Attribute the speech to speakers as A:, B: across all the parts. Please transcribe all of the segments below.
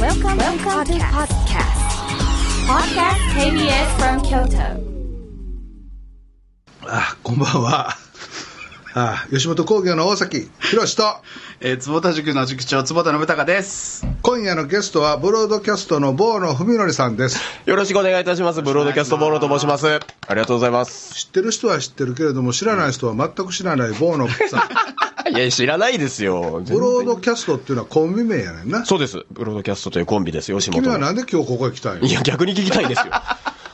A: Welcome, Welcome to podcast. Podcast KBS from Kyoto.
B: あ、こんばんは。あ、吉本興業の大崎博士と、
C: えー、坪田塾の塾長坪田信孝です
B: 今夜のゲストはブロードキャストの坊野文則さんです。
D: よろしくお願いいたします。ブロードキャストボーロと申します。ありがとうございます。
B: 知ってる人は知ってるけれども、知らない人は全く知らない坊野さん。
D: いや、知らないですよ。
B: ブロードキャストっていうのはコンビ名やねんな。
D: そうです。ブロードキャストというコンビですよ、吉本
B: 君は
D: の。
B: なんで今日ここへ来たん
D: い
B: や。
D: や、逆に聞きた いですよ。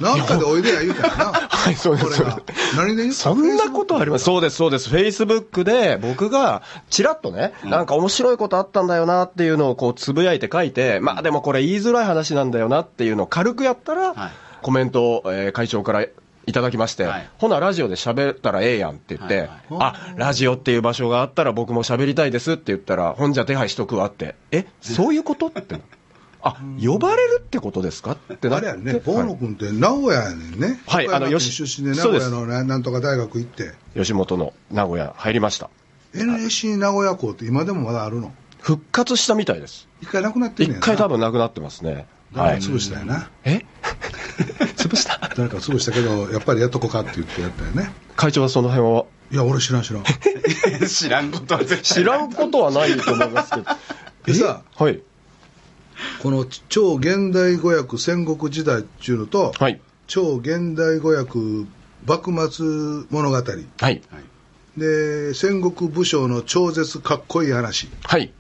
B: なんかでおいでや言うからな。
D: はい、そうで
B: こ
D: す。
B: れ
D: そうです
B: が。何で言う
D: そんなことありますそうです、そうです。Facebook で僕がちらっとね、なんか面白いことあったんだよなっていうのをこうつぶやいて書いて、まあでもこれ言いづらい話なんだよなっていうのを軽くやったら、
C: はい
D: コメントを、えー会長からいただきまして、
C: はい
D: ほなラジオで喋ったらええやんって言って、
C: はいはい
D: あ、ラジオっていう場所があったら僕も喋りたいですって言ったら、ほんじゃ手配しとくわって、え、そういうことって。あ、呼ばれるってことですかってな
B: あ
D: って。
B: れやね、坊野君って名古屋やねんね。
D: はい
B: 岡山
D: あのよし
B: 県出身で名
D: そう
B: 古
D: で
B: 屋
D: す
B: のななんとか大学行って、
D: 吉本の名古屋入りました。
B: NSC 名古屋校って今でもまだあるの。
D: 復活したみたいです。
B: 一回なくなってんねん
D: 一
B: な。
D: 回多分なくなってますね。は
B: 誰
D: い
B: か。潰したよな。
D: え潰した
B: 誰か潰したけど、やっぱりやっとこかって言ってやったよね。
D: 会長はその辺はい
B: や、俺知らん知ら ん。
C: 知らんことは絶
D: 知らんことはないと思いますけど。
B: でさ、
D: はい。
B: この超現代語訳戦国時代っていうのと、
D: はい。
B: 超現代語訳幕末物語
D: はい。
B: で戦国武将の超絶かっこいい話
D: はい。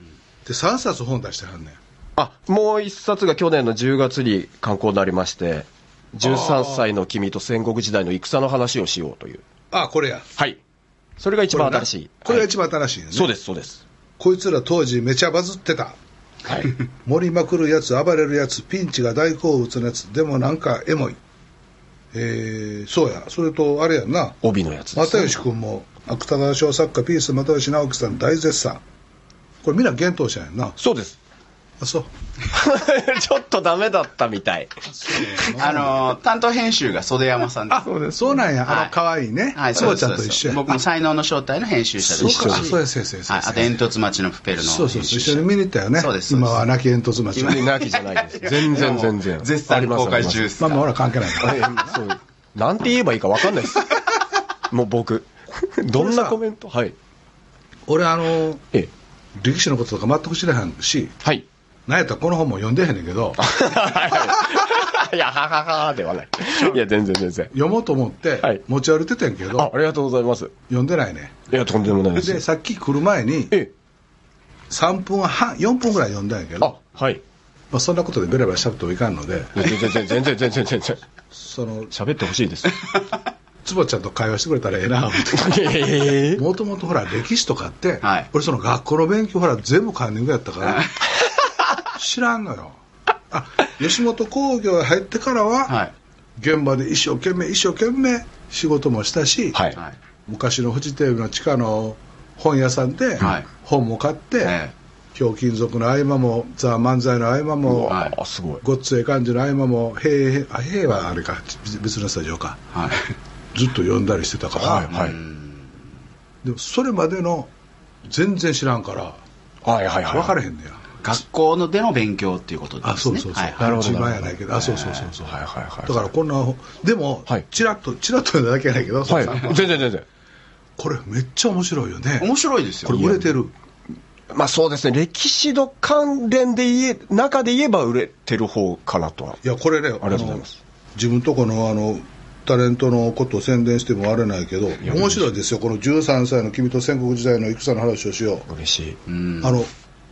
B: で3冊本出してはんねん
D: あ、もう一冊が去年の10月に刊行になりまして、13歳の君と戦国時代の戦の話をしようという。
B: あこれや
D: はい。それが一番
B: これな
D: 新しい。
B: これが
D: はい
B: 一番新しいね、
D: そうです、そうです。
B: こいつら当時めちゃバズってた
D: はい。
B: 盛りまくるやつ暴れるやつピンチが大好物のやつでもなんかエモいえー、そうやそれとあれやんな
D: 帯のやつです、
B: 又吉君も芥川賞作家ピース又吉直樹さん大絶賛これみんな幻冬者やんな
D: そうです。
B: あそう
D: ちょっとダメだったみたい。
C: あのー担当編集が袖山さんです
B: そうなんや、あ
C: は
B: の
C: い
B: 可愛いね、
C: はい
B: そ
C: そうう
B: ちゃん
C: で
B: と
C: す
B: 一
C: そ
B: 緒や。
C: うです僕も才能の正体の編集者で
B: そうか、
C: 一緒に
B: そうや、そうや、そうや、そう
C: はい
B: や、
C: あと煙突町のプペルの
B: そうそうそう、一緒に見に行ったよね。
C: そうですそうです
B: 今は亡き煙突町。
C: 今
D: なきじゃないです。 全然全然。
C: 絶賛公開中です
B: まあまあ、ほら、関係ないから。
D: そうなんて言えばいいか分かんないです。もう 僕。どんなコメントはい。
B: 俺、あの、
D: ええ。
B: 歴史のこととか全く知らへんし、
D: はい。
B: なんやったらこの本も読んでへんねんけ ど、
D: いや、はははではない。いや、全然全然。
B: 読もうと思って
D: はい、
B: 持ち歩いててんけ
D: あ
B: ど、
D: ありがとうございます。
B: 読んでないね。
D: いや、とんでもないで
B: で、
D: す。
B: さっき来る前に、
D: ええ。
B: 3分半、4分ぐらい読んだんやけど
D: あ、、はい。
B: まあそんなことでベラベラしゃべってもいかんので、
D: 全然全然全然全然全然。
B: その、
D: 喋ってほしいです。
B: つぼちゃんと会話してくれたらええな、思って。
D: ええ。
B: もともとほら歴史とかって、
C: はい
B: 俺その学校の勉強ほら全部カンニングやったから、 知らんのよあ吉本興業入ってからは、
C: はい
B: 現場で一生懸命一生懸命仕事もしたし、
D: はい。
C: はい
B: 昔のフジテレビの地下の本屋さんで
C: はい
B: 本も買って、
C: え
B: ひょうきん族の合間もザ・漫才の合間も、
C: わ
D: あ、すごい。
B: ごっつええ感じの合間も「へえへえあへえ」はあれか別のスタジオか
C: えはい
B: ずっと読んだりしてたから、
D: はいはい。
B: でもそれまでの全然知らんから
D: はいはいはい。
B: 分かれへんねや
C: 学校のでの勉強っていうことですね
B: あそうそうそう、
C: はい
D: なるほど
B: 一番やないけどあそうそうそうそう、
D: はいはいはい。
B: だからこんなでも、
D: はい
B: チラッとチラッと読んだだけやないけど、そのさ
D: はい。全然全然。
B: これめっちゃ面白いよね
C: 面白いですよ
B: これ売れてる
D: まあそうですね、歴史の関連で言え、中で言えば売れてる方かなとは。
B: いやこれねあ
D: ありがとうございます
B: の自分とこのあのタレントのことを宣伝してもあれないけど面白いですよこの13歳の君と戦国時代の戦の話をしよう、
D: 嬉しい。
B: あの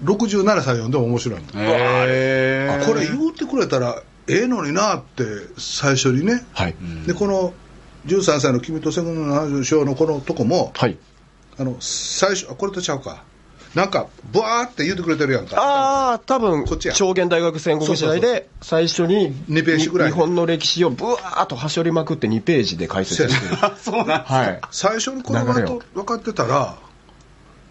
B: 67歳読んでも面白いの、
C: え
B: あこれ言うてくれたらええのになって最初にね、
D: はい。
B: でこの13歳の君と戦国の話をしようのこのとこも、
D: はい。
B: あの最初あこれとちゃうかなんかブワーって言ってくれてるやんか
D: ああ、多分、
B: こっちや
D: 超現大学戦国時代で、最初に、
B: 二ページぐらい
D: 日本の歴史をブワーっとはしょりまくって2ページで解説してる。
C: そうなん
D: はい。
B: 最初にこれ
D: 流れ
B: 分
D: を
B: 分かってたら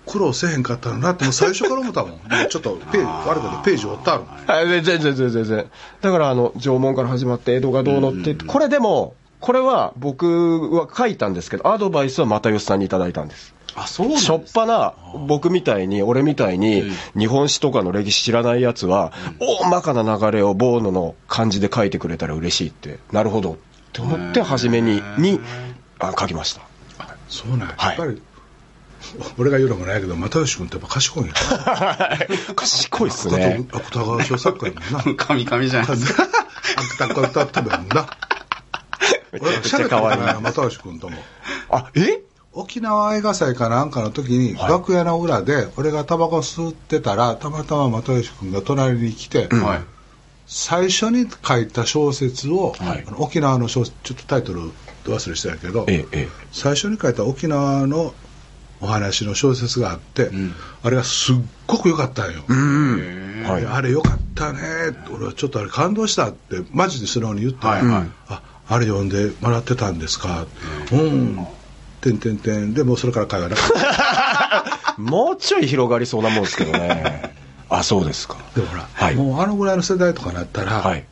B: 苦労せへんかったのなってもう最初から思った もんもうちょっとページあれだねページ折ってあるもん
D: はい、全然全然全然。だから、あの、縄文から始まって江戸がどうのって、これでも、これは僕は書いたんですけど、アドバイスは又吉さんにいただいたんです。
C: あ、そうなんです
D: しょっぱな、僕みたいに、俺みたいに、日本史とかの歴史知らないやつは、大まかな流れをボーノの漢字で書いてくれたら嬉しいって、なるほどって思って、初めに、に、あ書きました。
B: そうなんや、
D: はい
B: やっぱり俺が言うのもないけど又吉君ってやっぱ賢いんやな
D: 賢いっす
B: あ
D: ね。
B: と芥川賞作家やも んな
C: 神々じゃないですか。
B: 芥川賞作家やもんな
D: めち
B: 俺
D: ゃ
B: ら
D: く
B: し
D: ち
B: ゃべ
D: ゃ
B: った
D: 可
B: こ
D: 愛
B: と
D: い
B: ないな又吉君とも
D: あ、え
B: 沖縄映画祭かなんかの時に、楽屋の裏で俺がタバコ吸ってたらたまたま又吉君が隣に来て、
C: はい。
B: 最初に書いた小説を、あの沖縄の小説ちょっとタイトル忘れしたんやけど、
D: ええ、ええ。
B: 最初に書いた沖縄のお話の小説があって、あれがすっごく良かったんよ、
D: うん。はい
B: で。あれ良かったねって俺はちょっとあれ感動したってマジで素直に言った
C: はいはい
B: ああれ読んでもらってたんですかうんてんてんてんでもうそれから会話な かった
D: もうちょい広がりそうなもんですけど ね。あ、そうですか。
B: でもほら、
D: はい
B: もうあのぐらいの世代とかなったら、
D: はい。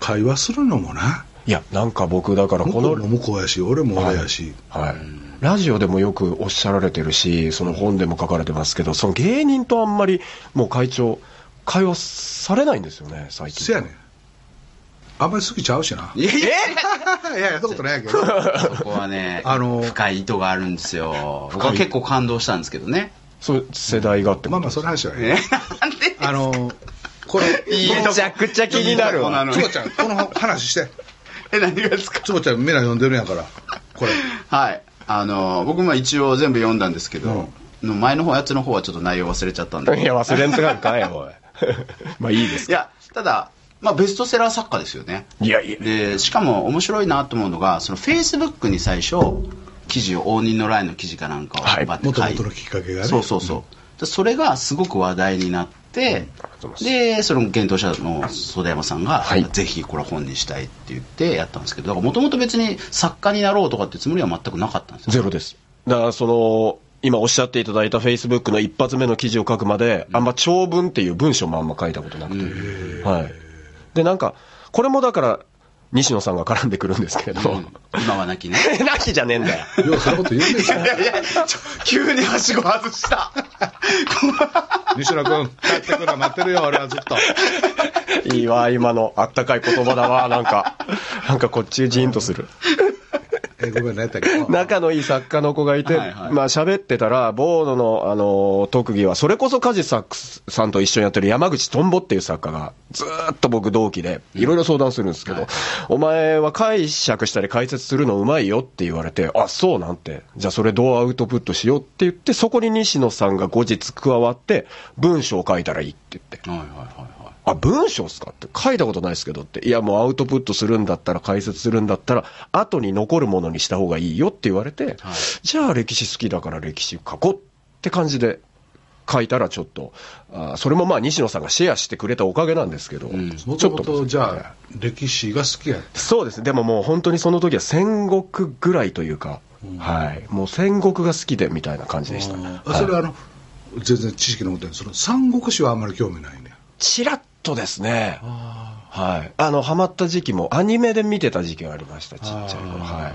B: 会話するのもない
D: や、なんか僕、だから
B: 向
D: こ
B: こ
D: の
B: うも向こうやし俺も俺やし、
D: はい、ラジオでもよくおっしゃられてるし、その本でも書かれてますけど、その芸人とあんまり、もう会長、会話されないんですよね、最近。
B: せやねんあんまり好きちゃうしな
C: いやいや
B: いやいやそんなことないけど
C: そこはね、
B: あの
C: 深い意図があるんですよ。僕は結構感動したんですけどね。
D: そういう世代がって
B: ま
D: こ
B: あ
D: と
B: まあその話はね
C: えなんで
B: あのこれ
D: めちゃくちゃ気になる
C: いいとこな
D: わ。
C: の
B: つ
C: に
B: ぼちゃんこの話して
C: え、何がですか
B: つぼちゃんみんな読んでるんやからこれ
C: はい。あの、僕も一応全部読んだんですけど、の前の方、やつの方はちょっと内容忘れちゃったんで。
D: いや、忘れんとかんかい、 おい。まあいいです
C: いや、ただ、まあベストセラー作家ですよね。
D: いやいや
C: で、しかも面白いなと思うのが、その Facebook に最初、記事を、応仁の乱の記事かなんかを
D: はい
C: バッて書
B: も
C: いて、
B: ともとのきっかけがね
C: そうそうそう。でそれがすごく話題になって、で、その検討者の袖山さんが、
D: はい
C: ぜひこれ本にしたいって言ってやったんですけど、だからもともと別に作家になろうとかってつもりは全くなかったんですよ。
D: ゼロです。だから、その、今おっしゃっていただいた Facebook の一発目の記事を書くまで、あんま長文っていう文章もあんま書いたことなくて。はい。で、なんか、これもだから、西野さんが絡んでくるんですけれど、
C: 今はなきね。
D: なき じゃねえんだよ。
B: ようそんなこと言うねんじゃん
C: 急にはしご外した。
B: 西野君帰ってくるの待ってるよ俺はずっと
D: いいわ、今のあったかい言葉だわ、なんか。なんかこっちジーンとする。
B: えごめんねやったけど
D: 仲のいい作家の子がいて、
C: はいはい
D: まあ喋ってたら、ボーノの、あのー特技は、それこそカジサックスさんと一緒にやってる山口トンボっていう作家が、ずーっと僕同期で、いろいろ相談するんですけど、お前は解釈したり解説するのうまいよって言われて、あ、そうなんて、じゃあそれどうアウトプットしようって言って、そこに西野さんが後日加わって、文章を書いたらいいって言って。
C: はいはいはいはい。
D: あ、文章っすかって書いたことないですけどって。いや、もうアウトプットするんだったら、解説するんだったら、後に残るものにした方がいいよって言われて、じゃあ歴史好きだから歴史書こうって感じで書いたらちょっと、あそれもまあ西野さんがシェアしてくれたおかげなんですけど、
B: も
D: ち
B: と
D: ょっ
B: も
D: と
B: とじゃあ歴史が好きやっ
D: そうですね。でももう本当にその時は戦国ぐらいというか、はい。もう戦国が好きでみたいな感じでした。
B: たそれはあの全然知識のことやその三国志はあんまり興味ないね
D: チラッとですね。はい。あの、ハマった時期も、アニメで見てた時期がありました、ちっちゃい頃。はい。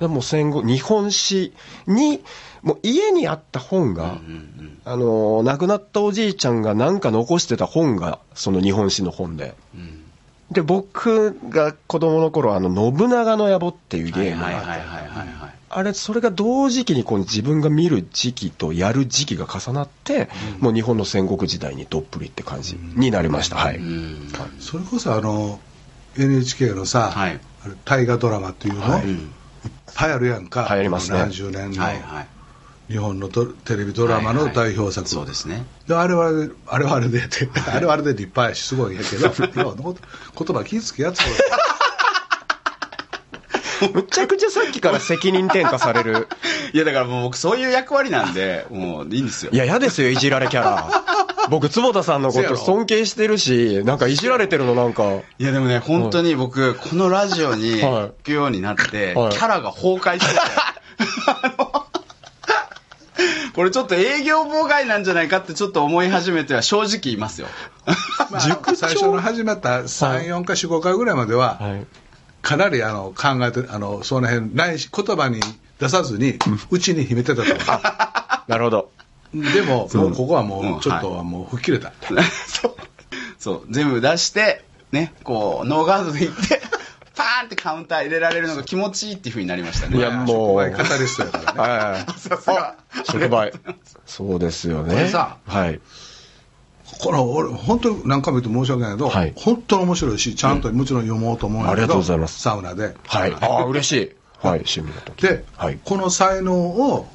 D: でもう戦後、日本史に、もう家にあった本が、あの、亡くなったおじいちゃんがなんか残してた本が、その日本史の本で。で、僕が子供の頃、あの、信長の野暮っていうゲーム
C: はいはい
D: が、
C: はいはいはい。
D: あれ、それが同時期にこう自分が見る時期とやる時期が重なって、もう日本の戦国時代にどっぷりって感じになりました。はい。
C: うん。
B: それこそあの NHK のさ、
C: はい
B: あれ大河ドラマっていうの、、
D: はい
B: っぱいあるやんか
D: はいありますね
B: 何十年の
C: はいはい。
B: 日本のドテレビドラマの代表作、
C: そうですね。
B: であれはあれであれはあれで ってあれはあれで立派やしすごいんやけど今のこと言葉気ぃつけやつ
D: むちゃくちゃさっきから責任転嫁される。
C: いやだからもう僕そういう役割なんで、もういいんですよ
D: い。や、嫌ですよ、いじられキ ャラ。僕、坪田さんのこ
B: せや
D: と
B: ろ
D: 尊敬してるし、なんかいじられてるの、なんか。
C: いやでもね、本当に僕、このラジオに
D: はい
C: 行くようになって、
D: はい
C: キャラが崩壊してて、 あのこれちょっと営業妨害なんじゃないかってちょっと思い始めては正直いますよ。
B: まあ最初の始まった34回45回ぐらいまでは、
D: はい。
B: かなりあの考えてあのその辺ないし言葉に出さずに、うちに秘めてたと思
D: なるほど。
B: う。でも、もうここは
C: うんは
B: も、
C: いう
B: ちょっとはもう吹っ切れた。
C: そう。そう。全部出して、ね、こう、ノーガードでいって、パーンってカウンター入れられるのが気持ちいいっていうふうになりましたね。
D: いや、もう。
B: お前、カタリストやからね。
D: はい。
C: さすが。
D: 触媒。そうですよね。
B: これさ
D: はい。
B: これ、俺、本当に何回も言って申し訳ないけど、
D: はい
B: 本当に面白いし、ちゃんともちろん読もうと思うんだけど、
D: ありがとうございます
B: サウナで。
D: はい。ああ、嬉しい。はい、趣味の時。
B: で、
D: はい。
B: この才能を、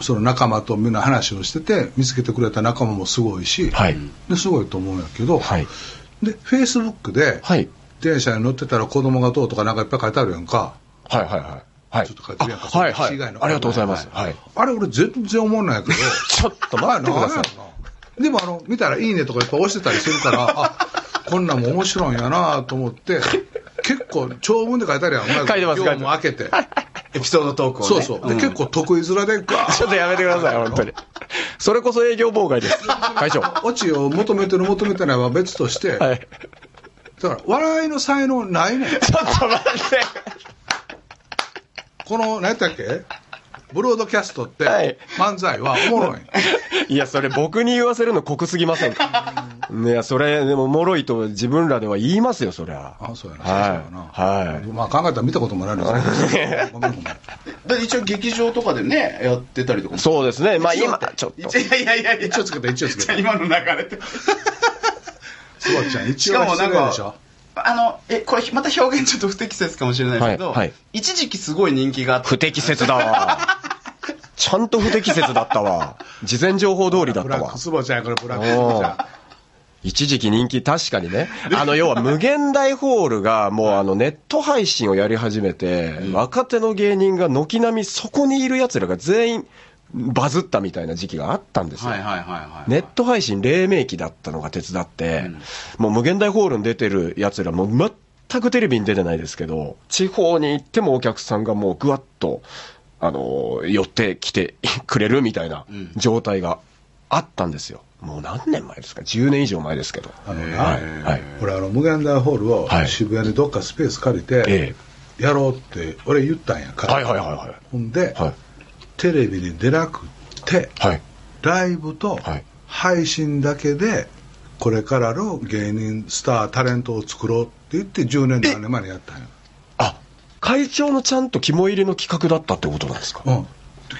B: その仲間とみんな話をしてて、見つけてくれた仲間もすごいし、
D: はい。
B: ですごいと思うんやけど、
D: はい。
B: で、フェイスブックで、
D: はい。
B: 電車に乗ってたら子供がどうとかなんかいっぱい書いてあるやんか。
D: はい、はい、はい。はい。
B: ちょっと書いてるやんか
D: あはい、
B: その
D: はい。
B: 以
D: あ
B: 外
D: り
B: の
D: がとうございます。はい。
B: あれ俺全然思わないけ ど、
D: ちょっと待ってください。
B: あれなんやろなでもあの、見たらいいねとかやっぱ押してたりするから、あ、こんなんも面白いんやなと思って、結構長文で書いてあるやん。書
D: 書いてます
B: 行も開けて。
C: エピソードトークをね。
B: そうそう。で、
C: ん
B: 結構得意面でガーッ
D: ちょっとやめてください、本当に。それこそ営業妨 害です。会長。は
B: オチを求めてる求めてないは別として、
D: い。
B: だから笑いの才能ないねん。
D: ちょっと待って。
B: この、何やったっけブロードキャストって、
D: はい
B: 漫才はおもろい。
D: いや、それ僕に言わせるの酷すぎませんかいや、それ、でも、もろいと自分らでは言いますよ、そりゃ。
B: あ、そうやな。そうやな。
D: はい。はい。
B: まあ考えたら見たこともないのですけどごめんごめん
C: だって一応劇場とかでね、やってたりとかも。
D: そうですね。まあ、今、ちょっと。
C: いやいやいやいや、
B: 一応つけた一応つけた
C: じゃあ今の流れて。
B: すごいちゃん
C: し
B: 一応
C: か
B: は
C: も
B: 失
C: なん
B: 礼でしょ
C: か、あの、え、これまた表現ちょっと不適切かもしれないですけど、
D: はいはい
C: 一時期すごい人気があって、
D: 不適切だわ。ちゃんと不適切だったわ。事前情報通りだっ
B: ブ
D: た
B: ラッ
D: わ
B: ク。スボちゃんやからブラックスボちゃん
D: うん一時期人気、確かにね。あの、要は無限大ホールが、もうあの、ネット配信をやり始めて、若手の芸人が軒並みそこにいる奴らが全員バズったみたいな時期があったんですよ。
C: はいはいはいはい。
D: ネット配信黎明期だったのが手伝って、もう無限大ホールに出てるやつらもう全くテレビに出てないですけど、地方に行ってもお客さんがもうぐわっと、あの、寄ってきてくれるみたいな状態があったんですよ。もう何年前ですか ?10 年以上前ですけど。
B: あのな
D: はい。はい。
B: 俺あの無限大ホールを
D: はい
B: 渋谷にどっかスペース借り
D: え
B: てやろうって俺言ったんやか
D: はい
B: ら
D: はいはいは
B: ほんで
D: い。はい。
B: テレビに出なくって
D: はい。
B: ライブと
D: はい
B: 配信だけでこれからの芸人スタータレントを作ろうって言って10年何年前にやったんや
D: あ、会長のちゃんと肝入りの企画だったってことなんですか
B: うん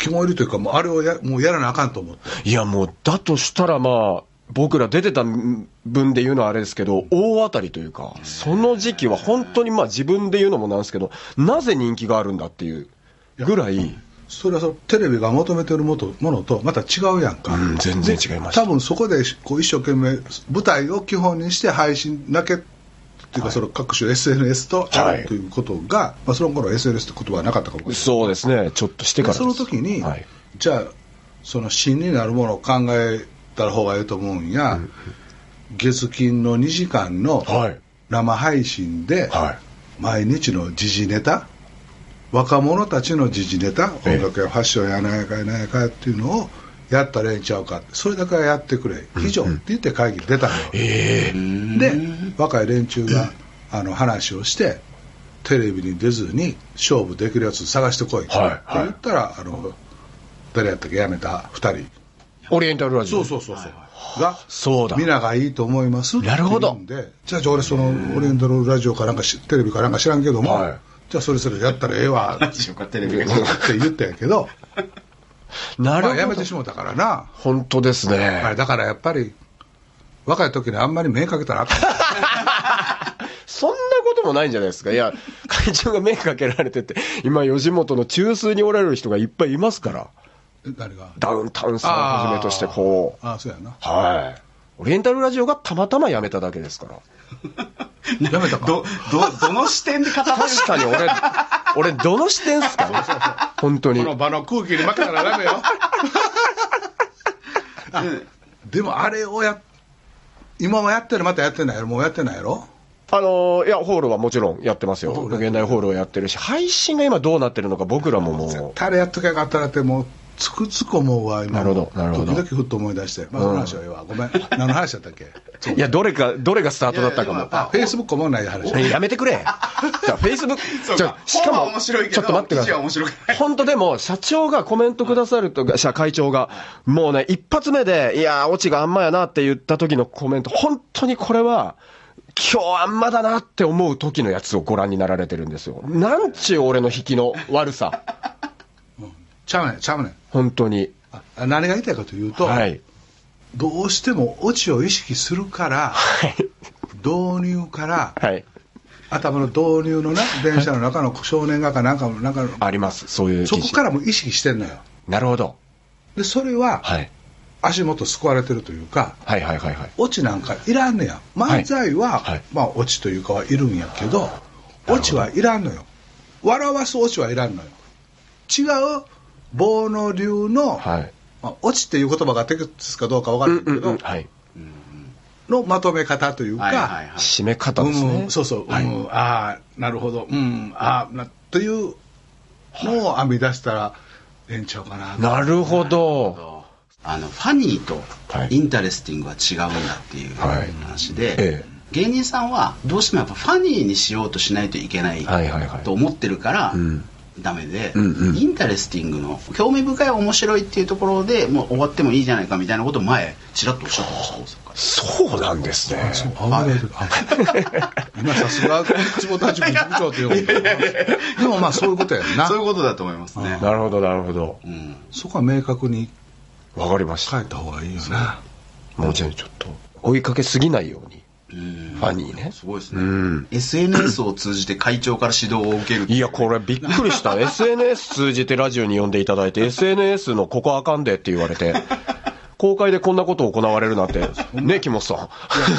B: 肝入りというかもうあれをやもうやらなあかんと思って
D: いや、もう、だとしたらまあ、僕ら出てた分で言うのはあれですけど、大当たりというか、その時期は本当にまあ自分で言うのもなんですけど、なぜ人気があるんだっていうぐらい、
B: それはそのテレビが求めてるもとものとまた違うやんか、
D: うん全然違いました
B: 多分そこでこう一生懸命舞台を基本にして配信だけっていうかその各種 SNS と
D: はい
B: やるということが、まあ、その頃 SNS って言葉はなかったかもしれない
D: そうですね、ちょっとしてから
B: その時に、
D: はい、
B: じゃあその芯になるものを考えた方がいいと思うんや、月金の2時間の
D: はい
B: 生配信で、
D: はい
B: 毎日の時事ネタ若者たちの時事ネタ
D: ええ
B: 音楽やファッションやなんやかやなんやかっていうのをやったらええんちゃうかそれだけはやってくれ以上って言って会議に出たのよ、
D: ええ
B: で若い連中があの話をしてテレビに出ずに勝負できるやつ探してこいって
D: はいはい
B: 言ったら、あの誰やったっけやめた2人
D: オリエンタルラジオ。
B: そうそうそうそう、が
D: そうだ。
B: 皆がいいと思いますって
D: なるほど
B: 言うんでじゃあじゃあ俺そのオリエンタルラジオかなんかしテレビかなんか知らんけども、
D: はい
B: じゃあそれぞれやったらええ わっ
C: 一応こうやってテレビ
B: て
C: が。
B: 言ったんやけど
D: な
B: ま
D: るほ
B: あ
D: ど。
B: やめてしもうたからな、
D: 本当ですね。
B: まあだからやっぱり若い時にあんまり目かけたらあかん
D: そんなこともないんじゃないですか。いや、会長が目かけられてて、今、吉本の中枢におられる人がいっぱいいますから。
B: 誰が
D: ダウンタウンさんをはじめとして、こう。
B: ああそうやな
D: はい。オリエンタルラジオがたまたま辞めただけですから。
B: やめたか
C: ど、ど、どの視点で語ってる
D: 確かに 俺、俺、どの視点っすか本当に
B: こ。の場の空気に負けたらダメよあでもあれをや今はやってるまたやってないやろもうやってないやろ
D: あのーいや、ホールはもちろんやってますよ。無限大ホールはやってるし、配信が今どうなってるのか僕らももう、
B: 誰やっときゃよかったらってもうつくつく思うわ、今。
D: なるほどなるほど
B: 時々ふっと思い出して。まあ、その話はええわ。ごめん。何の話だったっけ
D: いや、どれか、どれがスタートだったか
C: いやい
D: も
C: や。
B: あ、フェイスブック思わない話。
D: ねやめてくれ。フェイスブッ
C: そうか
D: ク、ちょしか
C: 本
D: も
C: は、面白いけど
D: ちょっと待ってくだ
C: 記事は面
D: さ
C: 白くない
D: い。本当でも、社長がコメントくださるとか、社会長が、もうね、一発目で、いやー、オチがあんまやなって言った時のコメント、本当にこれは、今日あんまだなって思う時のやつをご覧になられてるんですよ。なんちゅう俺の引きの悪さ。
B: ちゃうねん、ちゃうねん。
D: 本当に。
B: あ何が言いたいかというと、
D: はい。
B: どうしてもオチを意識するから、
D: はい。
B: 導入から、
D: はい。
B: 頭の導入のな、電車の中の少年画かなんかの中の、
D: あります。そういう
B: そ
D: 記
B: こ
D: 事。
B: からも意識してんのよ。
D: なるほど。
B: で、それは、
D: はい。
B: 足元救われてるというか、
D: はいはいはいはい。
B: オチなんかいらんのや。漫才は、
D: はいはい
B: まあ、オチというかはいるんやけど、オチはいらんのよ。笑わすオチはいらんのよ。違う、棒の流の、
D: はい。
B: まあ、オチっていう言葉が適切かどうかわか
D: うん
B: るけ
D: う
B: ど、
D: んうん。はい。
B: のまとめ方というか、
C: はいはいはい
D: 締め方です
B: う
D: ね。
B: ん、そうそう、
D: はい
B: うん、ああ、なるほど、うん、ああ、な、というのを編み出したら、ええんちゃうかな。
D: なるほど。
C: あのファニーと
D: はい
C: インタレスティングは違うんだっていう
D: はい
C: 話で、
D: ええ
C: 芸人さんはどうしてもやっぱファニーにしようとしないといけない
D: はいはいはい
C: と思ってるから
D: うん
C: ダメで、
D: うんうん
C: インタレスティングの興味深い面白いっていうところでもう終わってもいいじゃないかみたいなことを前ちらっとおっしゃってました
D: そうなんですね。
B: ああ今さすが、坪田塾塾長ということだなでもまあ、そういうことやんな
C: そう。いうことだと思いますね、
D: なるほど、なるほど。
C: うん、
B: そこは明確に
D: わかりまし
B: 書
D: た。
B: いた方がいいよな。
D: もうちょいちょっと、追いかけすぎないように。
C: うん
D: ファニーね。
C: すごいですね、
D: うん
C: SNS を通じて会長から指導を受ける
D: いや、これびっくり した。SNS 通じてラジオに呼んでいただいて、SNS のここあかんでって言われて、公開でこんなこと行われるなんて、ね、木本さ
B: い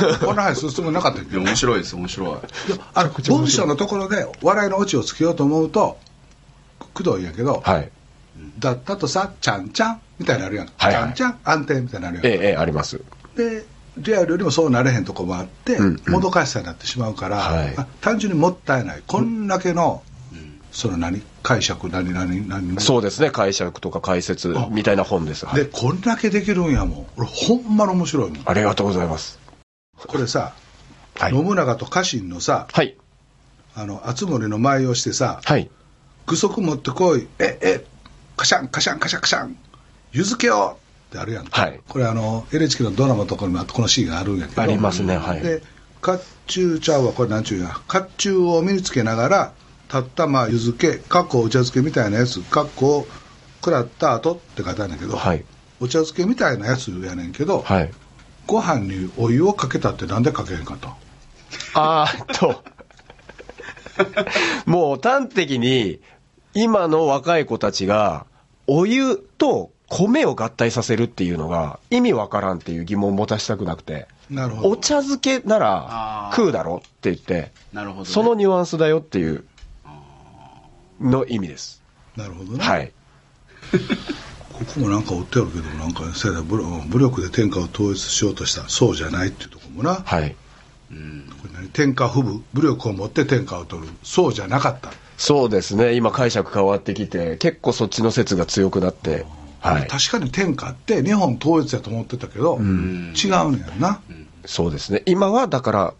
B: やこの話進めなかったけ
C: い
B: ど
C: や、面白いです面白い
B: あの、文章のところで、笑いのオチをつけようと思うと、くどいんやけど、
D: ん。はい。
B: だったとさ、ちゃんちゃんみたいになるやん。ち
D: はい
B: ゃ
D: はい
B: んちゃん、安定みたいになるやん
D: え。え、ええ、あります。
B: でリアルよりもそうなれへんとこもあって、
D: うんうん
B: もどかしさになってしまうから、
D: はい
B: あ単純にもったいないこんだけの、その何解釈何何何
D: そうですね、解釈とか解説みたいな本です。はい
B: でこんだけできるんやもん俺ほんまの面白いもん
D: ありがとうございます。
B: これさ、
D: はい。
B: 信長と家臣のさ
D: はい。
B: あの熱盛の舞をしてさ
D: はい。
B: 具足持ってこいええカシャンカシャンカシャンカシャン湯漬けよってあるやんか、
D: はい
B: これあの NHK のドラマとかにもあってこのシーンがあるんやけど
D: ありますね、はい。
B: で甲冑ちゃうわこれなんちゅうんや甲冑を身につけながらたったまあ湯漬けかっこお茶漬けみたいなやつかっこ食らった後って書いてあるんだけど、
D: はい。
B: お茶漬けみたいなやつやねんけど、
D: はい。
B: ご飯にお湯をかけたってなんでかけへんかと
D: あーっと、もう端的に、今の若い子たちが、お湯と米を合体させるっていうのが、意味わからんっていう疑問を持たしたくなくて、
B: なるほど
D: お茶漬けな
C: あ
D: ら
C: ー
D: 食うだろって言って、
C: なるほどね、
D: そのニュアンスだよっていう、の意味です。
B: なるほどね、
D: はい。
B: ここもなんか追ってあるけどなんかせや武力武力で天下を統一しようとしたそうじゃないっていうところもな、
D: はい。
B: これ何天下不武武力を持って天下を取るそうじゃなかった
D: そうですね、今解釈変わってきて、結構そっちの説が強くなって、はい。
B: 確かに天下って日本統一やと思ってたけど、違うんやろな、
D: そうですね、今はだから、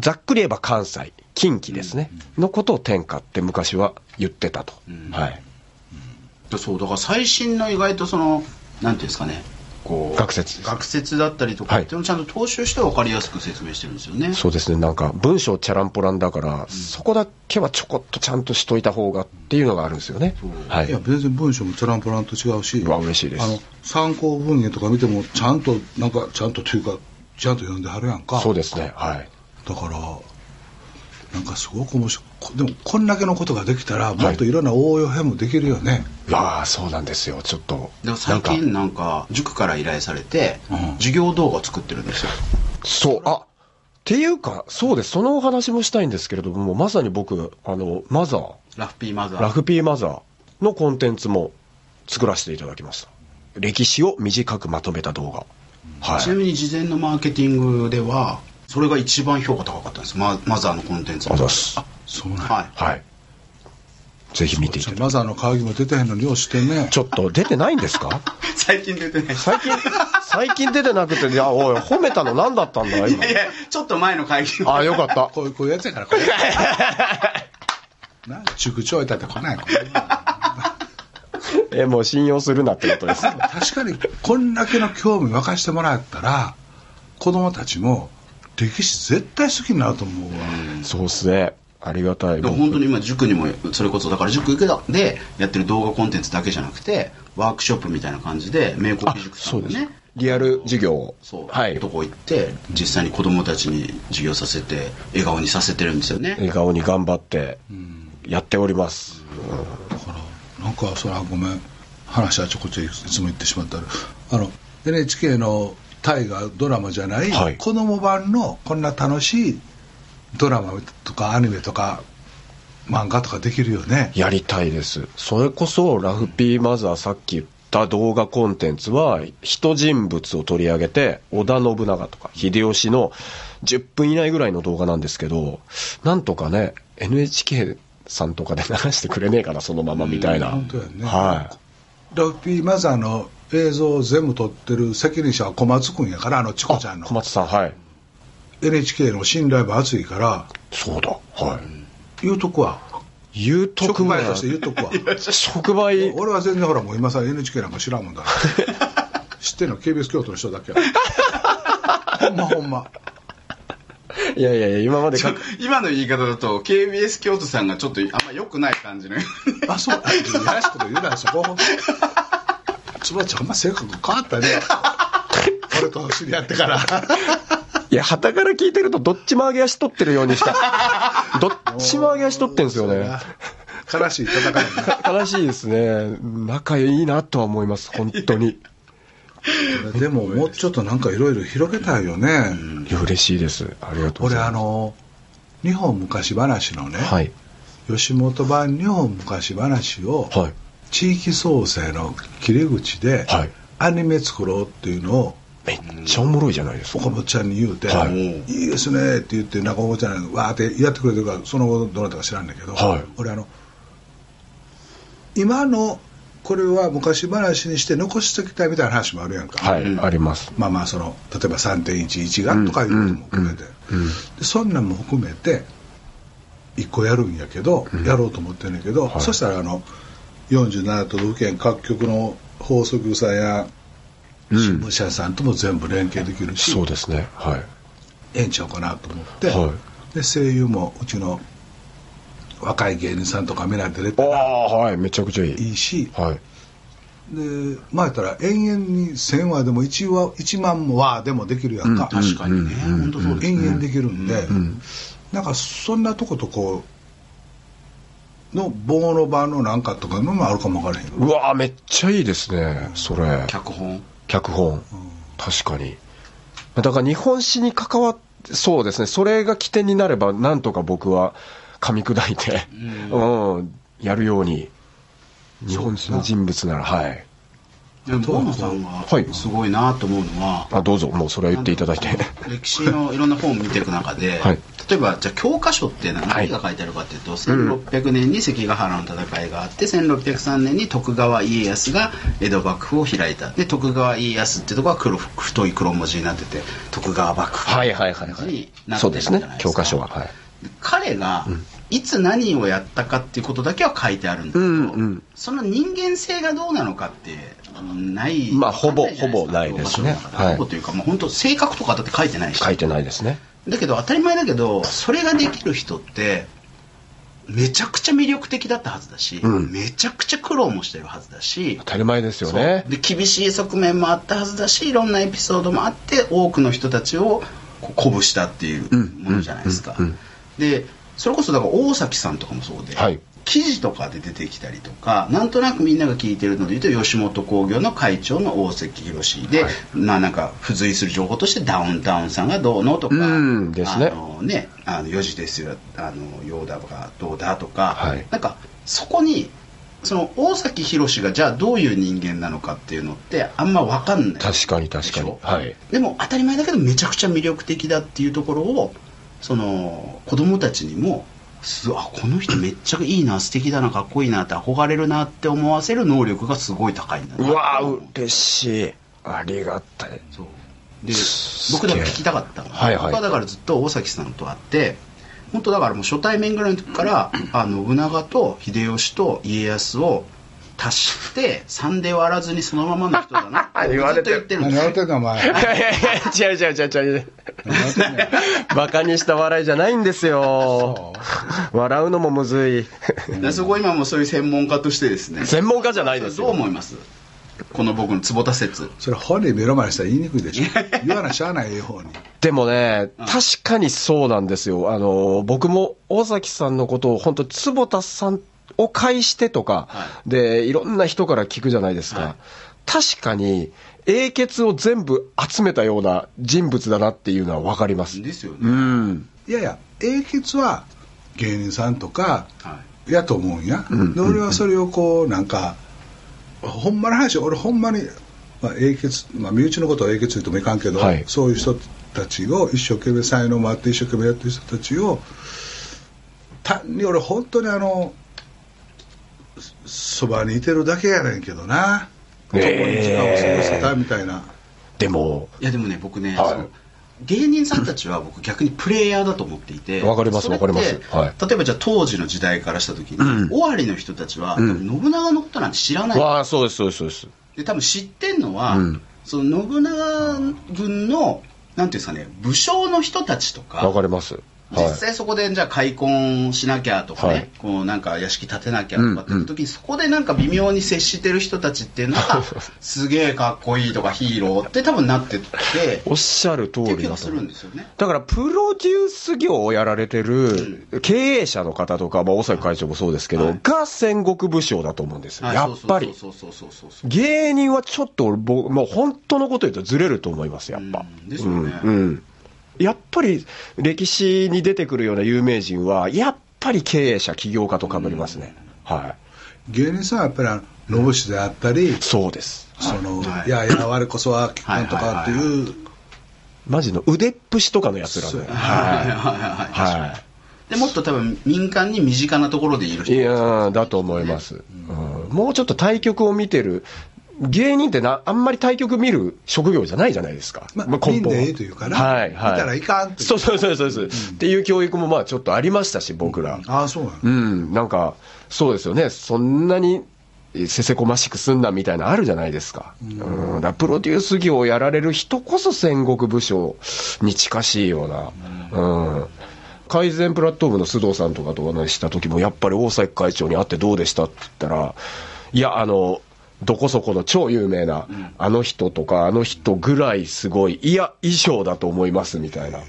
D: ざっくり言えば関西、近畿ですね、のことを天下って昔は言ってたと、はい、
C: そうだから最新の意外とそのなんていうんですかねこう
D: 学説です
C: 学説だったりとか
D: はい
C: っていうのをちゃんと踏襲して分かりやすく説明してるんですよね、
D: そうですね、なんか文章チャランポランだから、そこだけはちょこっとちゃんとしといた方がっていうのがあるんですよね、はいい
B: や、全然文章もチャランポランと違うし、
D: うわ嬉しいです
B: あの参考文献とか見ても、ちゃんと、なんか、ちゃんとというか、ちゃんと読んではるやんか、
D: そうですね、はい、
B: だから、なんかすごく面白い、こでも、こんだけのことができたら、もっといろんな応用編もできるよね、
D: いやーそうなんですよ、ちょっと、
C: でも
D: な
C: 最
D: んか、
C: 近なんか塾から依頼されて
B: うん
C: 授業動画を作ってるんですよ、
D: そう、あっていうか、そうです、そのお話もしたいんですけれども、まさに僕、あのマザー。
C: ラフピーマザー
D: ラフピーマザーのコンテンツも作らせていただきました。歴史を短くまとめた動画。は。
C: ちないみに事前のマーケティングではそれが一番評価高かったんですママザーのコンテンツ
D: あざっす
C: あ
B: そうなんや
C: はい
D: はい。ぜひ見ていただき
B: まずあの会議も出てへんのにようしてね
D: ちょっと出てないんで すか
C: 最近出てない。
D: 最近、最近出てなくて、いや、おい、褒めたの何だったんだ、今
C: い。や、ちょっと前の会議
D: あ、よかった。
B: こういうこういうやつやからこ れな塾長やったって来ないこれ
D: え、もう信用するなってことです。
B: 確かにこんだけの興味沸かしてもらったら子供たちも歴史絶対好きになると思うわ、
D: そうっすね。ありがたい。
C: でも本当に今塾にもそれこそだから塾行けだでやってる動画コンテンツだけじゃなくてワークショップみたいな感じで名工
D: あ
C: 義、塾さ
D: そ
C: ん
D: う
C: の
D: です
C: ね。
D: リアル授業を。
C: そう、
D: はい。
C: とこ行って実際に子供たちに授業させて笑顔にさせてるんですよね
D: 笑顔に頑張って、やっております。
B: なんかそれはごめん話はちょこちょいいつも言ってしまったらあの NHK の大河ドラマじゃない、
D: はい
B: 子供版のこんな楽しいドラマとかアニメとか漫画とかできるよね
D: やりたいです。それこそ、ラフピーマザーさっき言った動画コンテンツは、人人物を取り上げて、織田信長とか、秀吉の10分以内ぐらいの動画なんですけど、なんとかね、NHK さんとかで流してくれねえかな、そのままみたいな。
B: 本当やね
D: はい。
B: ラッピーマザーの映像を全部撮ってる責任者は小松君やからあのチコちゃ
D: あ
B: ん、の
D: 小松さん、はい。
B: NHK の信頼も厚いから
D: そうだ、はい。
B: 言うとくわ
D: 言うと
B: 職
D: く
B: 場
D: わ。
B: として言うとく わ
D: 触媒
B: 俺は全然ほらもう今さら NHK なんか知らんもんだ 知ってんの KBS 京都の人だけやほんまほんま
D: いやいやいや、今までか
C: 今の言い方だと KBS 京都さんがちょっとあんま良くない感じの
B: あそういやらしいこと言うなそこほんつばちゃんほんま性格変わったね俺と知り合ってから
D: いや、旗から聞いてると、どっちも上げ足取ってるようにした。どっちも上げ足取ってんすよね。
B: 悲しい戦いだね
D: 悲しいですね。仲いいなとは思います、本当に。
B: でももうちょっとなんかいろいろ広げたいよね、
D: いや嬉しいです。ありがとうご
B: 俺
D: ざいます。
B: あの日本昔話のね、
D: はい。
B: 吉本版日本昔話を
D: はい。
B: 地域創生の切り口で
D: はい
B: アニメ作ろうっていうのを
D: めっちゃおもろいじゃないですか。
B: 岡本ちゃんに言うて「
D: はい
B: い、いですね」って言って中岡ちゃんがわーってやってくれてるからその後どうなったか知らんねんけど、
D: はい
B: 俺あの今のこれは昔話にして残しておきたいみたいな話もあるやんか、
D: はい、あります。
B: まあまあその例えば3.11がとかいうことも含めて、でそんなんも含めて一個やるんやけど、やろうと思ってんねんけど、
D: はい
B: そしたらあの47都道府県各局の放送局さんや
D: うん
B: 新聞社さんとも全部連携できるし、
D: そうですね。はい。
B: ええんちゃうかなと思って、
D: は
B: で声優もうちの若い芸人さんとか見られてれ
D: あ
B: ば
D: あ、はい。めちゃくちゃいい。
B: いいし
D: はい。
B: で前やったら延々に1000話でも 1, 話1万話でもできるやんか、
C: 確かにね、本当そうです
B: 延
C: ね
B: 々できるんで、なんかそんなとことこうの棒の場のなんかとかのもあるかもわからへんけど
D: うわーめっちゃいいですね。それ。
C: 脚本
D: 脚本、確かにだから日本史に関わってそうですねそれが起点になればなんとか僕は噛み砕いて、うんやるように日本史の人物ならはい
C: でも河野さんが
D: はい
C: すごいなと思うのは、
D: あどうぞもうそれは言っていただいて
C: 歴史のいろんな本を見ていく中で、
D: はい
C: 例えばじゃあ教科書って
D: はい
C: 何が書いてあるかっていうと、1600年に関ヶ原の戦いがあって1603年に徳川家康が江戸幕府を開いたで徳川家康ってとこは黒太い黒文字になってて徳川幕府
D: はいはいは
C: 感
D: いは
C: じに
D: い
C: なって
D: そう
C: る
D: で
C: じ
D: す
C: ゃない
D: ね
C: ですか
D: 教科書ははい
C: 彼がいつ何をやったかっていうことだけは書いてあるんだけど、
D: うんうん
C: その人間性がどうなのかってあのない
D: まあほぼ
C: わかんじゃ
D: ほぼないですね
C: 教科書の中で
D: はい
C: ほぼというか、もう本当性格とかだって書いてないし
D: 書いてないですね
C: だけど当たり前だけどそれができる人ってめちゃくちゃ魅力的だったはずだし、
D: うん
C: めちゃくちゃ苦労もしてるはずだし
D: 当たり前ですよね
C: そうで厳しい側面もあったはずだしいろんなエピソードもあって多くの人たちをこう鼓舞したっていうものじゃないですか、
D: うんうんうん
C: でそれこそだから大崎さんとかもそうで、
D: はい
C: 記事とかで出てきたりとかなんとなくみんなが聞いてるので言うと吉本興業の会長の大関宏で、
D: はい
C: まあなんか付随する情報としてダウンタウンさんがどうのとか、
D: うんですね
C: あのねあの4時ですよあのヨーダがどうだとか、
D: はい
C: なんかそこにその大崎宏がじゃあどういう人間なのかっていうのってあんま分かんない
D: 確かに確
C: で
D: かに
C: しょ
D: はい
C: でも当たり前だけどめちゃくちゃ魅力的だっていうところをその子供たちにもすあこの人めっちゃいいな素敵だなかっこいいなって憧れるなって思わせる能力がすごい高いんだな
D: うわー嬉しいありがたい
C: そうで僕だから聞きたかったの、
D: はいはい
C: 僕はだからずっと大崎さんと会って本当だからもう初対面ぐらいの時からあの信長と秀吉と家康を足して3で割らずにそのままの人だなって
D: 言われて
C: ずっと言ってるん
B: 何
C: です
B: や
C: よ
B: ってんだお前
D: いやいやいや違う違う違う違う バカにした笑いじゃないんですよ笑うのもむず い
C: でそこは今もうそういう専門家としてですね
D: 専門家じゃないです
C: どう
D: よ
C: 思いますこの僕の坪田説
B: それ本人目の前にしたら言いにくいでしょ言わなしゃあない方に
D: でもね、
C: うん
D: 確かにそうなんですよ。あの、僕も大崎さんのことを、本当坪田さんを介してとか、、
C: はい
D: で、いろんな人から聞くじゃないですか。
C: はい
D: 確かに、英傑を全部集めたような人物だなっていうのは分かります。
C: ですよね、
D: うん。
B: いやいや英傑は芸人さんとか
C: は
B: やと思うんや、で俺はそれをこうなんかほんまの話俺ほんまに、まあ、英傑、まあ、身内のことは英傑言ってもいかんけど、
D: はい
B: そういう人たちを一生懸命才能もあって一生懸命やってる人たちを単に俺本当にあのそそばにいてるだけやねんけどな
D: へー
B: 共に時間を過ごせたみたいな、
D: でも、
C: い、いやでもね僕ね、
D: はい
C: その芸人さんたちは僕逆にプレイヤーだと思っていて
D: わかります
C: それって
D: わかりますは
C: 例えばじゃあ当時の時代からした時に、
D: うん
C: 尾張の人たちは、
D: うん
C: 信長のことなんて知らない
D: わあ、そうです、そうです、そうです。
C: で多分知ってんのは、
D: うん
C: その信長軍のなんていうんですかね武将の人たちとか
D: 分かります。はい
C: 実際そこでじゃあ開墾しなきゃとかね、
D: はい
C: こうなんか屋敷建てなきゃとかって
D: うんう
C: い
D: ん
C: う時に、そこでなんか微妙に接してる人たちっていうの がすげえかっこいいとかヒーローって多分なってって
D: おっしゃる通
C: っていう
D: り
C: 気
D: だ
C: がす
D: と
C: る
D: 思
C: ん
D: う
C: で。すよね
D: だからプロデュース業をやられてる経営者の方とか、まあ、大崎会長もそうですけど、
C: はい
D: が戦国武将だと思うんですよ、
C: はい
D: やっぱり。
C: そうそうそうそうそうそう
D: 芸人はちょっと俺、僕もう本当のこと言うとずれると思います、やっぱ。
C: うんですよね
D: うんうんやっぱり歴史に出てくるような有名人は、やっぱり経営者、起業家と被りますね。はい。
B: 芸人さんはやっぱりあの野伏であったり、
D: そうです。
B: その、
C: はい
B: いやいや我こそは
C: は
B: な
C: い
B: んとかっていう
D: マジの腕っぷしとかのやつら
B: そう
D: ね。
B: や
C: はいはい
D: は
C: はいはい
D: い。
C: 確かに
D: はい。
C: でもっと多分民間に身近なところでいる人
D: いやーだと思います、うんもうちょっと対局を見てる、芸人ってなあんまり対局見る職業じゃないじゃないですか、
B: まあ
D: は
B: 見んでええというかな
D: はいはい、
B: 見たらいかんという
D: そうそうそうそうそう、っていう教育もまあちょっとありましたし、僕ら、
B: ああそうなの
D: うん、なんか、そうですよね、そんなにせせこましくすんなみたいな、あるじゃないですか、うんだからプロデュース業をやられる人こそ戦国武将に近しいような。うん改善プラットフォームの須藤さんとかとお話しした時も、やっぱり大崎会長に会ってどうでしたって言ったら、いや、あの、どこそこの超有名な、あの人とか、あの人ぐらいすごい、いや、衣装だと思いますみたいな。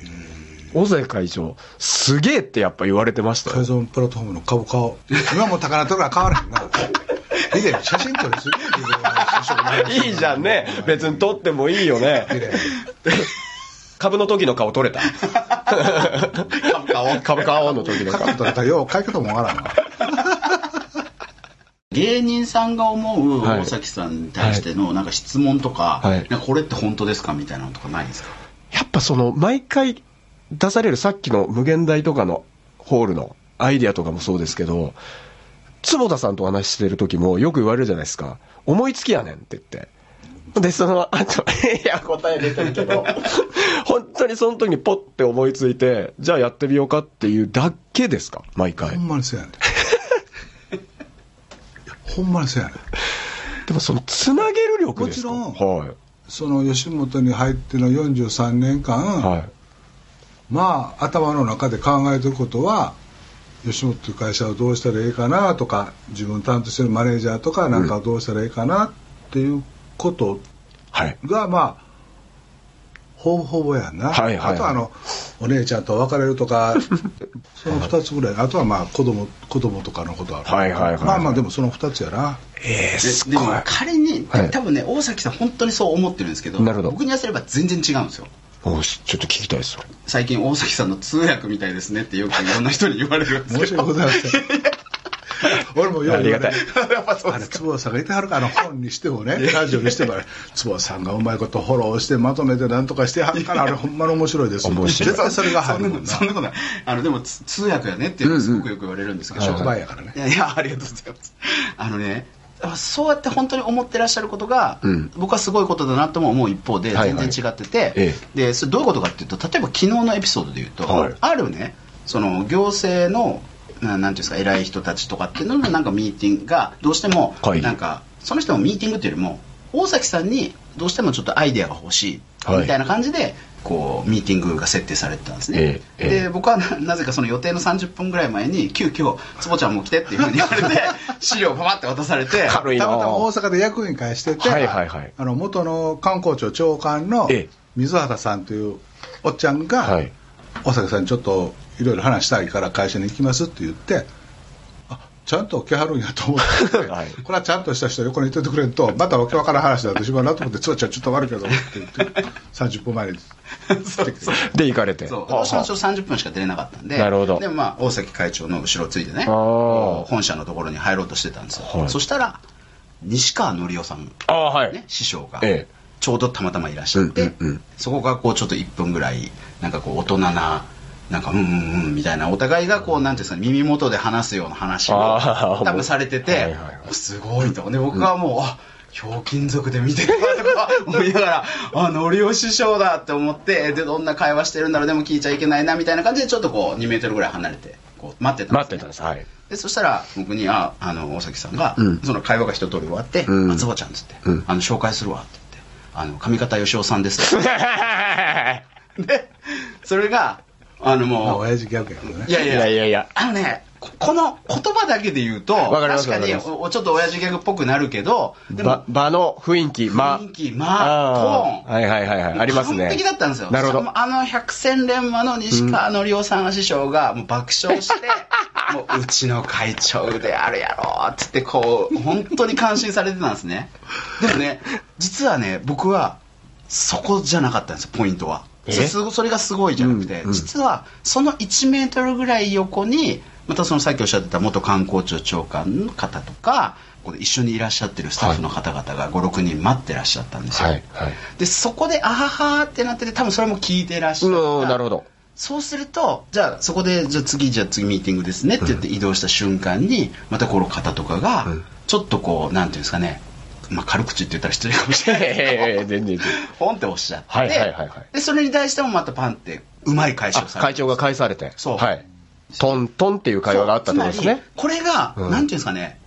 D: 大崎会長、すげえってやっぱ言われてましたよ
B: 改造プラットフォームの株顔今も高菜とか変わらへんな以前写真撮りすぎる
D: いいじゃんね。別に撮ってもいいよね。株の時の顔撮れ た。株顔の時の
B: カ
D: 顔
B: ッ。トだったらよう買い方もわからんわ
C: 芸人さんが思う
D: はい
C: 大崎さんに対してのなんか質問とか,、
D: はい
C: なんかこれって本当ですかみたいなのとかないんですか
D: やっぱその、毎回出されるさっきの無限大とかのホールのアイディアとかもそうですけど、坪田さんとお話ししてる時もよく言われるじゃないですか。思いつきやねんって言って。で、その後、いや、答え出てるけど、 本当にその時にポッて思いついて、じゃあやってみようかっていうだけですか毎回
B: ほ。んまにそうやねんいやほんまにそうやねん
D: でもその、つなげる力ですか
B: もち
D: はい。
B: その吉本に入っての43年間、
D: はい。
B: まあ頭の中で考えてることは吉本という会社をどうしたらいいかなとか自分担当してるマネージャーとかなんかをどうしたらいいかなっていうこと
D: はい。
B: がまあほぼほぼやな、
D: はいはいはい
B: あとはあのお姉ちゃんと別れると かその2つぐらいあとはまあ子供子供とかのことはある、
D: はいはいはい
B: まあまあでもその2つやな
D: ええ
C: ででも仮に、
D: はい
C: 多分ね大崎さん本当にそう思ってるんですけど
D: なるほど
C: 僕に言わせれば全然違うんですよ
D: おしちょっと聞きたいです。
C: 最近大崎さんの通訳みたいですねってよくいろんな人に言われるんです
B: 申
C: け
B: し
C: ど
B: 訳ございません俺もよう言われ
D: ありがた い
C: やっぱそう
B: あれ、坪さんがいてはるか、あの本にしてもね、ラジオにしても、あれ坪さんがうまいことフォローして、まとめてなんとかしてはるから、あれ、ほんまに面白いです。
D: 面白い
B: 絶対それが入るもんな。
C: そんなことない。あの、でも、つ通訳やねっていうのはすごくよく言われるんですけど、
B: 商売やからね
C: い。やいや、ありがとうございます。あのね、そうやって本当に思ってらっしゃることが、
D: うん
C: 僕はすごいことだなとも思う一方で、
D: はい
C: 全
D: はい
C: 然違ってて、
D: え
C: でそれどういうことかっていうと、例えば昨日のエピソードで言うと、
D: はい
C: あるね、その行政の、ななんていうんですか、偉い人たちとかっていうののなんかミーティングが、どうしても、
D: はい
C: なんか、その人のミーティングというよりも、大崎さんにどうしてもちょっとアイデアが欲しい、
D: はい
C: みたいな感じで、こう、ミーティングが設定されてたんですね。
D: ええええ
C: で僕はななぜかその予定の30分ぐらい前に急遽つぼちゃんも来てっていうふうに言われ て資料をパパって渡されて
D: 軽い
B: た
D: な
B: またま大
D: ぁ
B: 阪で役員会してて、
D: はいはいはい
B: あの元の観光庁長官の
D: ええ
B: 水原さんというおっちゃんが、
D: はい
B: 大阪さんにちょっといろいろ話したいから会社に行きますって言ってあちゃんと来はるんやと思って、
D: はい
B: これはちゃんとした人横にいててくれんとまたわけわからん話だとしまうなと思って「つばちゃんちょっと悪いけど」って言って30分前に
C: そう そう
D: で、行かれて。
C: そう
D: はあはあ
C: 私もちょっと30分しか出れなかったんで
D: なるほど
C: でもまあ大崎会長の後ろついてね
D: あー
C: 本社のところに入ろうとしてたんですよ、
D: はい
C: そしたら西川紀夫さん、ね
D: ああ、はい。
C: 師匠が、
D: ええ
C: ちょうどたまたまいらっしゃって、
D: うんうんうん
C: そこがこうちょっと1分ぐらいなんかこう大人ななんかうんうんうんみたいなお互いがこうなんていうんですか耳元で話すような話を
D: あー
C: 多分されてて、
D: はいはいは
C: すごいとで僕はもう、あひょうきん族で見てたとか思いながら あのりお師匠だって思ってでどんな会話してるんだろうでも聞いちゃいけないなみたいな感じでちょっとこう2メートルぐらい離れてこう待ってたんです、ね、
D: 待ってたんです。はい。
C: でそしたら僕にああの大崎さんが、
D: うん
C: その会話が一通り終わって「
D: うん
C: あつぼちゃん」っつって、
D: うん
C: あの「紹介するわ」って言って「あの上方義雄さんです」って でそれがあの
B: まあ
C: もう
B: 親父ギャグやけどね
C: いやい
D: い
C: や
D: やいやいや。
C: あのねここの言葉だけで言うと
D: わかります
C: 確かに
D: わかりま
C: お
D: す
C: おちょっと親父ギャグっぽくなるけどで
D: 場
C: も
D: 場の雰囲気、間。
C: 雰囲気間
D: あ
C: トー
D: ーはいはいはいはい。ありますね。
C: 完璧だったんですよ
D: なるほ
C: しか
D: ど
C: も。あの百戦錬磨の西川のりおさん師匠がもう爆笑して もううちの会長であるやろっつってこう本当に感心されてたんですねでもね実はね僕はそこじゃなかったんですよポイントは
D: え
C: そすごそれがすごいじゃなくて、
D: うんうん
C: 実はその1メートルぐらい横にまたそのさっきおっしゃってた元観光庁長官の方とかここで一緒にいらっしゃってるスタッフの方々が56人待ってらっしゃったんですよ、
D: はいはい。
C: でそこであははーってなってて多分それも聞いてらっしゃ
D: う
C: る
D: ん、なる ほど。
C: そうするとじゃあそこでじゃあ次じゃあ次ミーティングですねって言って移動した瞬間にまたこの方とかが
D: うん
C: ちょっとこうなんていうんですかね、まあ、軽口って言ったら失礼かもし
D: え
C: れな
D: え
C: いですけど
D: ええ全然全然。
C: ポンっておっしゃって、
D: はいはいはいはい
C: でそれに対してもまたパンってうまい返し
D: あ
C: を、され
D: 会
C: て
D: 長が返されて。
C: そう
D: はい。トントンっていう会話があったってことで
C: そう
D: す
C: つま
D: ね
C: り。これが、
D: うん
C: なんていうんですかね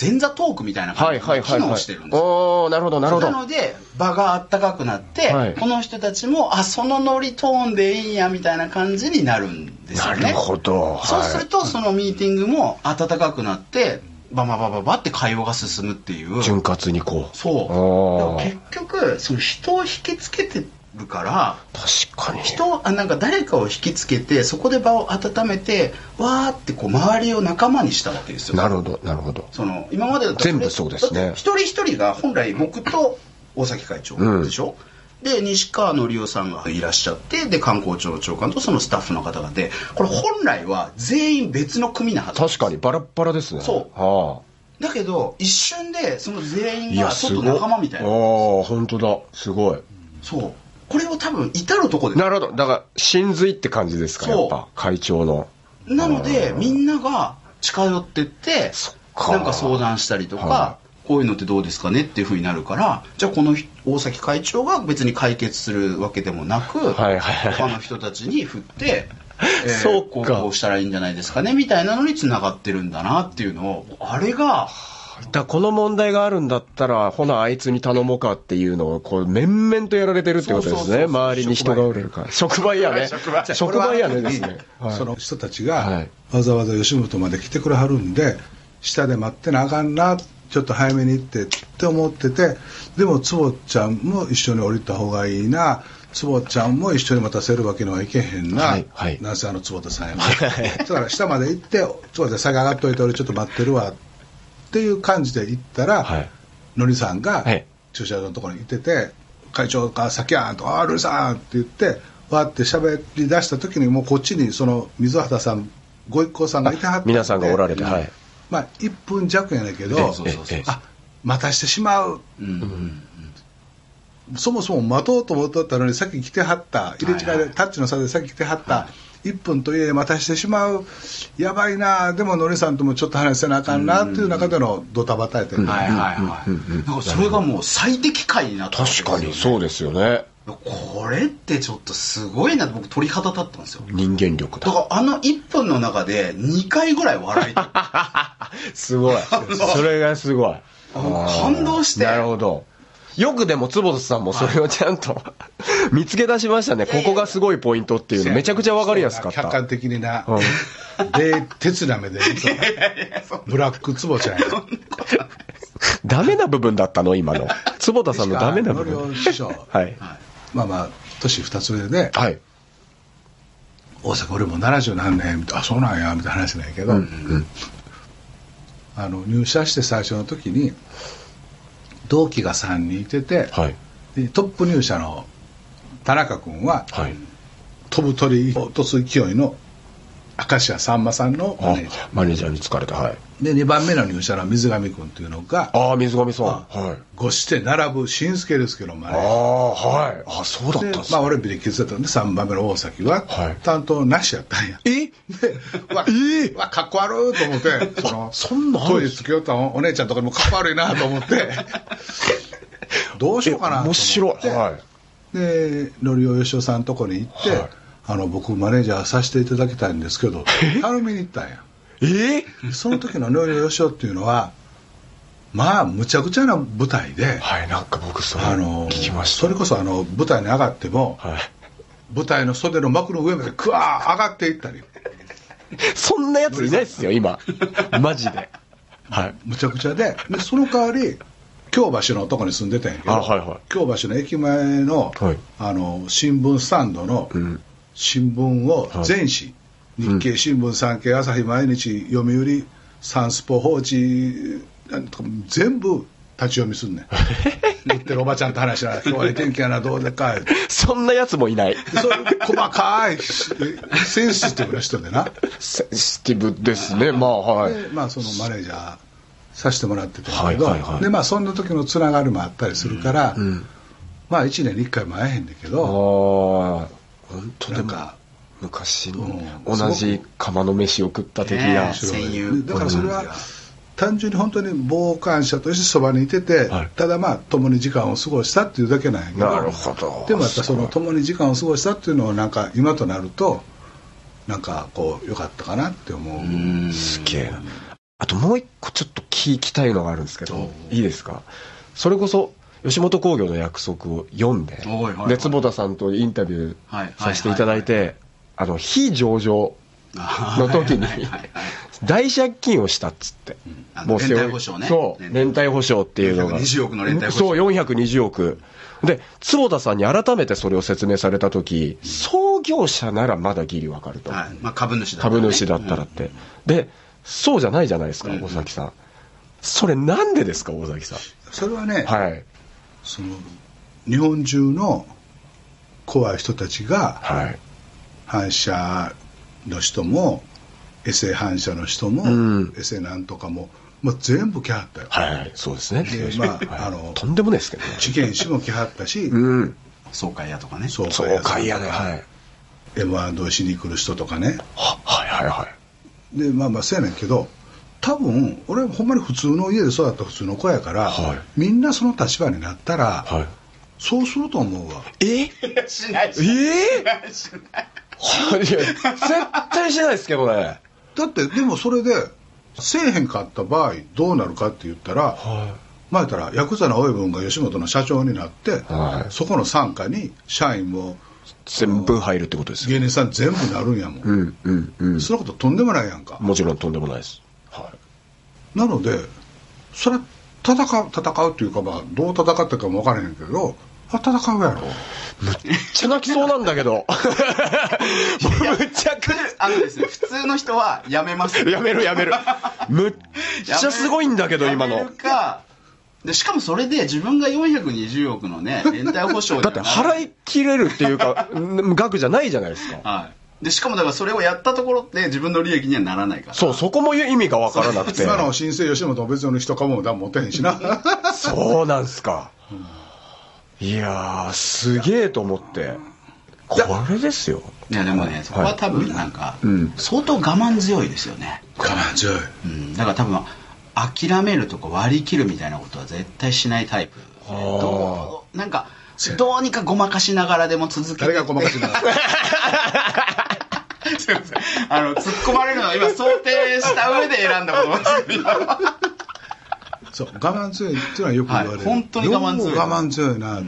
C: 前座トークみたいな
D: は
C: 感
D: い
C: じ
D: は
C: で
D: いはい
C: 機
D: は
C: 能
D: い
C: してるん。ですよ
D: おー、なるほどなるほど。
C: なので場があったかくなって、
D: はい
C: この人たちもあそのノリトーンでいいんやみたいな感じになるんですよね
D: なるほどはい
C: そうするとそのミーティングも温かくなってバババババって会話が進むっていう
D: 潤滑にこう。
C: そうだ
D: お
C: から
D: ー
C: 結局その人を引きつけてるから
D: 確かに。
C: 人をあなんか誰かを引きつけてそこで場を温めてわーってこう周りを仲間にしたわけですよ
D: なるほどなるほど。
C: その今までだと
D: 全部そうですね
C: だって一人一人が本来僕と大崎会長でしょ、で西川紀夫さんがいらっしゃってで観光庁長官とそのスタッフの方がでこれ本来は全員別の組なはず
D: 確かにバラッバラですね。
C: そう
D: あ
C: だけど一瞬でその全
D: ー。
C: 員がちょっと仲間みたい
D: ああ
C: な
D: ー、本当だ。すごい。
C: そうこれを多分至るとこで
D: なるほど。だから、真髄って感じですか、や
C: そう
D: っぱ、会長の。
C: なので
D: あー
C: みんなが近寄ってって
D: そっか
C: なんか相談したりとか、
D: は
C: こういうのってどうですかねっていうふうになるからじゃあこの人大崎会長が別に解決するわけでもなく、
D: はいはい
C: 他の人たちに振 って。
D: そうか
C: ここうしたらいいんじゃないですかねみたいなのにつながってるんだなっていうのをあれが
D: だからこの問題があるんだったら、ほな、あいつに頼もうかっていうのを、こう、面々とやられてるってことで
C: そう
D: す
C: そうそう
D: ね。周りに人がおれるから。職場やね。職場やねですね。はい
B: その人たち
D: は
B: が
D: い
B: わざわざ吉本まで来てくれはるんで下で待ってなあかんなちょっと早めに行ってって思っててでも坪ちゃんも一緒に降りた方がいいな坪ちゃんも一緒に待たせるわけにはいけへんな、
D: はいはい
B: なんせあの坪田さんやもんだから下まで行って坪田さんが上がっといて俺ちょっと待ってるわっていう感じで行ったら、
D: はい。
B: のりさんが
D: はい
B: 駐車場のところにいてて「会長が先やん」と「ああのりさん」って言ってわーって喋り出した時にもうこっちにその水畑さんご一行さんがいてはって
D: 皆さんがおられて、はい。
B: まあ、1分弱やねんけど
C: そうそうそうそう
D: ええ
B: あ待たしてしまう
C: うんうん
B: そもそも待とうと思っとったのにさっき来てはった入れ違いで、
C: はいはい
B: タッチの差でさっき来てはった、
C: は
B: 1分といえ待たしてしまうやばいなでもノリさんともちょっと話せなあかんなっていう中でのドタバタやって、
C: はいはいはい、なんかそれがもう最適解になったわけ
D: 確かに
C: ですよ
D: そうですよね。
C: これってちょっとすごいなって僕鳥肌立ったんですよ
D: 人間力
C: だ
D: だ。
C: からあの1分の中で2回ぐらい笑い あ
D: すごい。それがすごい。
C: の感動して
E: なるほど。よくでも坪田さんもそれをちゃんと 見つけ出しましたね。ここがすごいポイントっていうのめちゃくちゃわかりやすかっ
B: 客
E: た。
B: 観的にな、
E: うん
B: で鉄な目 で見とったブラックツボちゃんや
E: ダメな部分だったの今の。坪田さんのダメな部
B: ノリオ
E: 分。
B: 師匠
E: はい。
B: まあまあ年2つ上で、
D: はい。
B: 大阪俺も70何年みたいなあそうなんやみたいな話なんやけど、あの入社して最初の時に同期が3人いてて、
D: はい。
B: でトップ入社の田中君は
D: はい。
B: 飛ぶ鳥を落とす勢いの明石家さんまさんのマ
D: あ
B: ネージャ、
D: マネージャーに疲れた。はい。
B: ーで2番目の入社の水上君っていうのが
D: ああ、水上さん。
B: あ
D: はい。
B: ごして並ぶ新助ですけどマネ
D: あ
B: ー
D: あ、はい。あそうだった
B: ジ
D: ん
B: ャーで
D: です
B: ま
D: ね
B: あ俺ビリケツだったんで3番目の大崎は
D: はい
B: 担当なしやったんや、
D: え
B: でうわ、うわかっこ悪いと思ってその
D: そんなんあるん
B: トイ
D: で
B: レ
D: す
B: つけよったおお姉ちゃんとかにもかっこ悪いなと思って どうしようかなと思って
D: 面白い。は
B: でのりおよしおさんとこに行って、
D: はい
B: あの僕マネージャーさせていただきたいんですけど頼みに行ったんや
D: い。え
B: その時ののりおよしおっていうのはまあむちゃくちゃな舞台で、
D: はい、なんか僕それ
B: あの
D: 聞きました。
B: それこそあの舞台に上がっても、
D: はい。
B: 舞台の袖の幕の上までクワー上がっていったり
E: そんなやついないっすよ、今。 マジで。はい。
B: むちゃくちゃででその代わり京橋のとこに住んでたんやけど、
D: あはいはい
B: 京橋の駅前の,、
D: はい
B: あの新聞スタンドの
D: ん
B: 新聞を
D: はい
B: 全紙、日経新聞産経朝日毎日読売サンスポ放置なんとか全部立ち読みすん ねん言ってるおばちゃんと話しながら「今日はええ天気やなどうでかい」って
E: そんなやつもいない。
B: そういう細かいセンシティブな人でな
D: センシティブですね、まあ、はい。
B: でまあそのマネージャーさせてもらってたんだけど、
D: はいはいはい
B: でまあそんな時のつながりもあったりするから、まあ1年に1回も会えへんねんけ
D: ああ、
B: ど
D: 本当
B: な
D: で
B: ん
D: も、
B: か
D: 昔
B: うん
D: 同じ釜の飯を食った的
C: ね
D: な
C: え。戦友
B: でだからそれは
C: うん
B: 単純に本当に傍観者としてそばにいてて、
D: はい
B: ただまあ共に時間を過ごしたっていうだけなんやけど
D: なるほど。
B: でもやっぱその
D: すごい
B: 共に時間を過ごしたっていうのをなんか今となるとなんかこう良かったかなって思う、
D: すげえな。あともう一個ちょっと聞きたいのがあるんですけど、いいですかそれこそ、吉本興業の約束を読んで
C: おいはいは、い
D: で、坪田さんとインタビュ
C: はいはい
D: ーさせていただいて、あの、非上場
C: あー
D: の時に
C: はいはいはいはい、
D: 大借金をしたっつって
C: あ。の
D: もう背負い
C: 連帯保証ね
D: そう。
C: 連
D: 連帯保証っていうのが。
C: 420億の連帯保証
D: そう、420億。で、坪田さんに改めてそれを説明された時、創業者ならまだギリわかると。
C: はいまあ、株主だったらね
D: 株主だったらって、でそうじゃないじゃないですか
C: うん
D: 大崎さん、それなんでですか大崎さん
B: それはね、
D: はい
B: その日本中の怖い人たちが、
D: はい
B: 反射の人もエセ反射の人も、
D: うん
B: エセなんとかも、まあ、全部来はったよ
D: はいそうですね
B: でまあ
D: はい
B: あの
D: とんでもないですけどね
B: 事件師も来はったし、
D: うん
C: 総会やとかね
B: そう
D: そうかいやねはい
B: m 1しに来る人とかね
D: ははいはいはい
B: でまあまあそうやねんけど多分俺ほんまに普通の家で育った普通の子やから、
D: はい
B: みんなその立場になったら、
D: はい
B: そうすると思うわ
D: え
C: しない
D: ええはいいや絶対しないですけどね
B: だってでもそれでせえへんかった場合どうなるかって言ったら、
D: は
B: まあ言ったらヤクザの親分が吉本の社長になって、
D: はい
B: そこの傘下に社員も
D: 全部入るってことですよ
B: 芸人さん全部なるんやもん、
D: うんうんうん
B: そんなこととんでもないやんか、
D: もちろんとんでもないですはい
B: なのでそれ戦う戦うっていうかまあどう戦ってかも分からへんけどあ戦うやろ
D: めっちゃ泣きそうなんだけどむちゃくちゃ
C: あのですね普通の人はやめます
D: やめるやめ る。むっちゃすごいんだけど、
C: やめ
D: 今
C: る
D: の。
C: かでしかもそれで自分が420億のね連帯保証に
D: だ
C: は
D: って
C: な
D: 払い切れるっていうか、ん額じゃないじゃないですか。
C: はいで、しかもだからそれをやったところって自分の利益にはならないから。
D: そう、そこも意味がわからなくて。
B: 今の新生吉本は別の人かもだ持ってへんしな
D: そうなんすか。いやー、すげえと思って。これですよ。
C: いやでもね、そこは多分なんか、
D: ん
C: 相当我慢強いですよね、
B: 我慢強い
C: うん、だから多分諦めるとか割り切るみたいなことは絶対しないタイプどうなんかどうにかごまかしながらでも続けて
B: 誰がごまかしながら
C: すいませんあの突っ込まれるのは今想定した上で選んだことなんですけど
B: そう我慢強いっていうのはよく言われる、
C: はい本当に我慢強
B: よ
C: い
B: う我慢強いなって、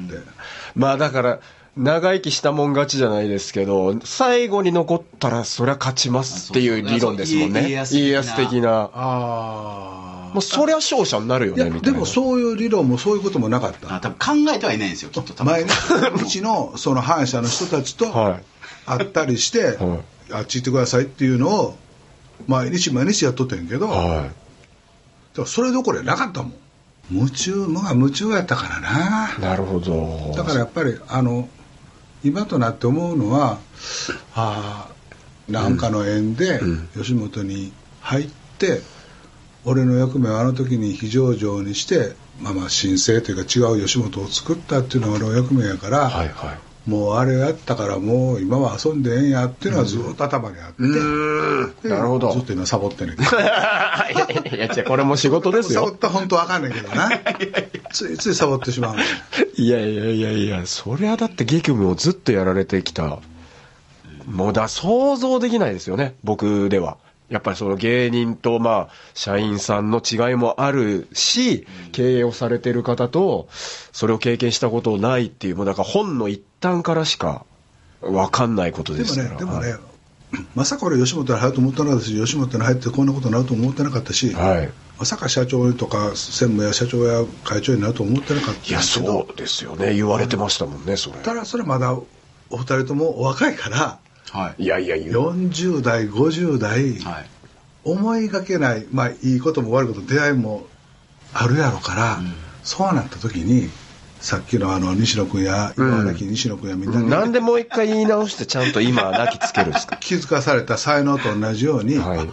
D: まあだから、長生きしたもん勝ちじゃないですけど、最後に残ったらそりゃ勝ちますっていう理論ですもん
C: そうそう
D: ね。
C: 家康的な
D: 家康的な。
B: あ
D: もうそりゃ勝者になるよ
B: いや
D: ね、みた
B: で
D: いな。
B: もそういう理論もそういうこともなかった
C: あ多分考えてはいないんですよきっと多分
B: 前ねうちのその反社の人たちと
D: はい
B: 会ったりして、
D: は
B: あっち行ってくださいっていうのを毎日毎日やっとってんけど、
D: は。
B: でもそれどころやなかったもん夢中無我夢中やったからない
D: なるほど。
B: だからやっぱりあの今となって思うのはああなんかの縁で吉本に入って、俺の役目をあの時に非常上にしてまあまあ申請というか違う吉本を作ったっていうのが俺の役目やから、
D: はいはい。
B: もうあれやったからもう今は遊んでええんやっていうのはずっと頭にあって、で
D: なるほど
B: ずっと今サボってんねんけど
D: いや、じゃこれも仕事です
B: サボ
D: よ
B: っ。たら本当わかんないけどな ついついサボってしまうの
D: いやいやいやいや、そりゃだって激務をずっとやられてきた。もうだ、想像できないですよね、僕では。やっぱりその芸人と、まあ、社員さんの違いもあるし、経営をされてる方と、それを経験したことないっていう、もうだから本の一端からしか分かんないこと
B: で
D: で
B: も
D: すか
B: ね
D: ら。
B: でもね、
D: はい
B: まさか俺吉本に入ると思ってなかったし吉本に入ってこんなことになると思ってなかったし、
D: はい
B: まさか社長とか専務や社長や会長になると思ってなかった
D: いや、そうですよね。言われてましたもんね、それ。
B: ただそれまだお二人ともお若いから
C: はい
D: いやいや、言う。
B: 40代50代、
C: はい
B: 思いがけない、まあ、いいことも悪いこと出会いもあるやろから、そうなった時にさっきのあの西野君や今はなき西野君やみんなに
D: なんでもう一回言い直して、ちゃんと今、泣きつけるんですか
B: 気づかされた才能と同じように、
D: はい。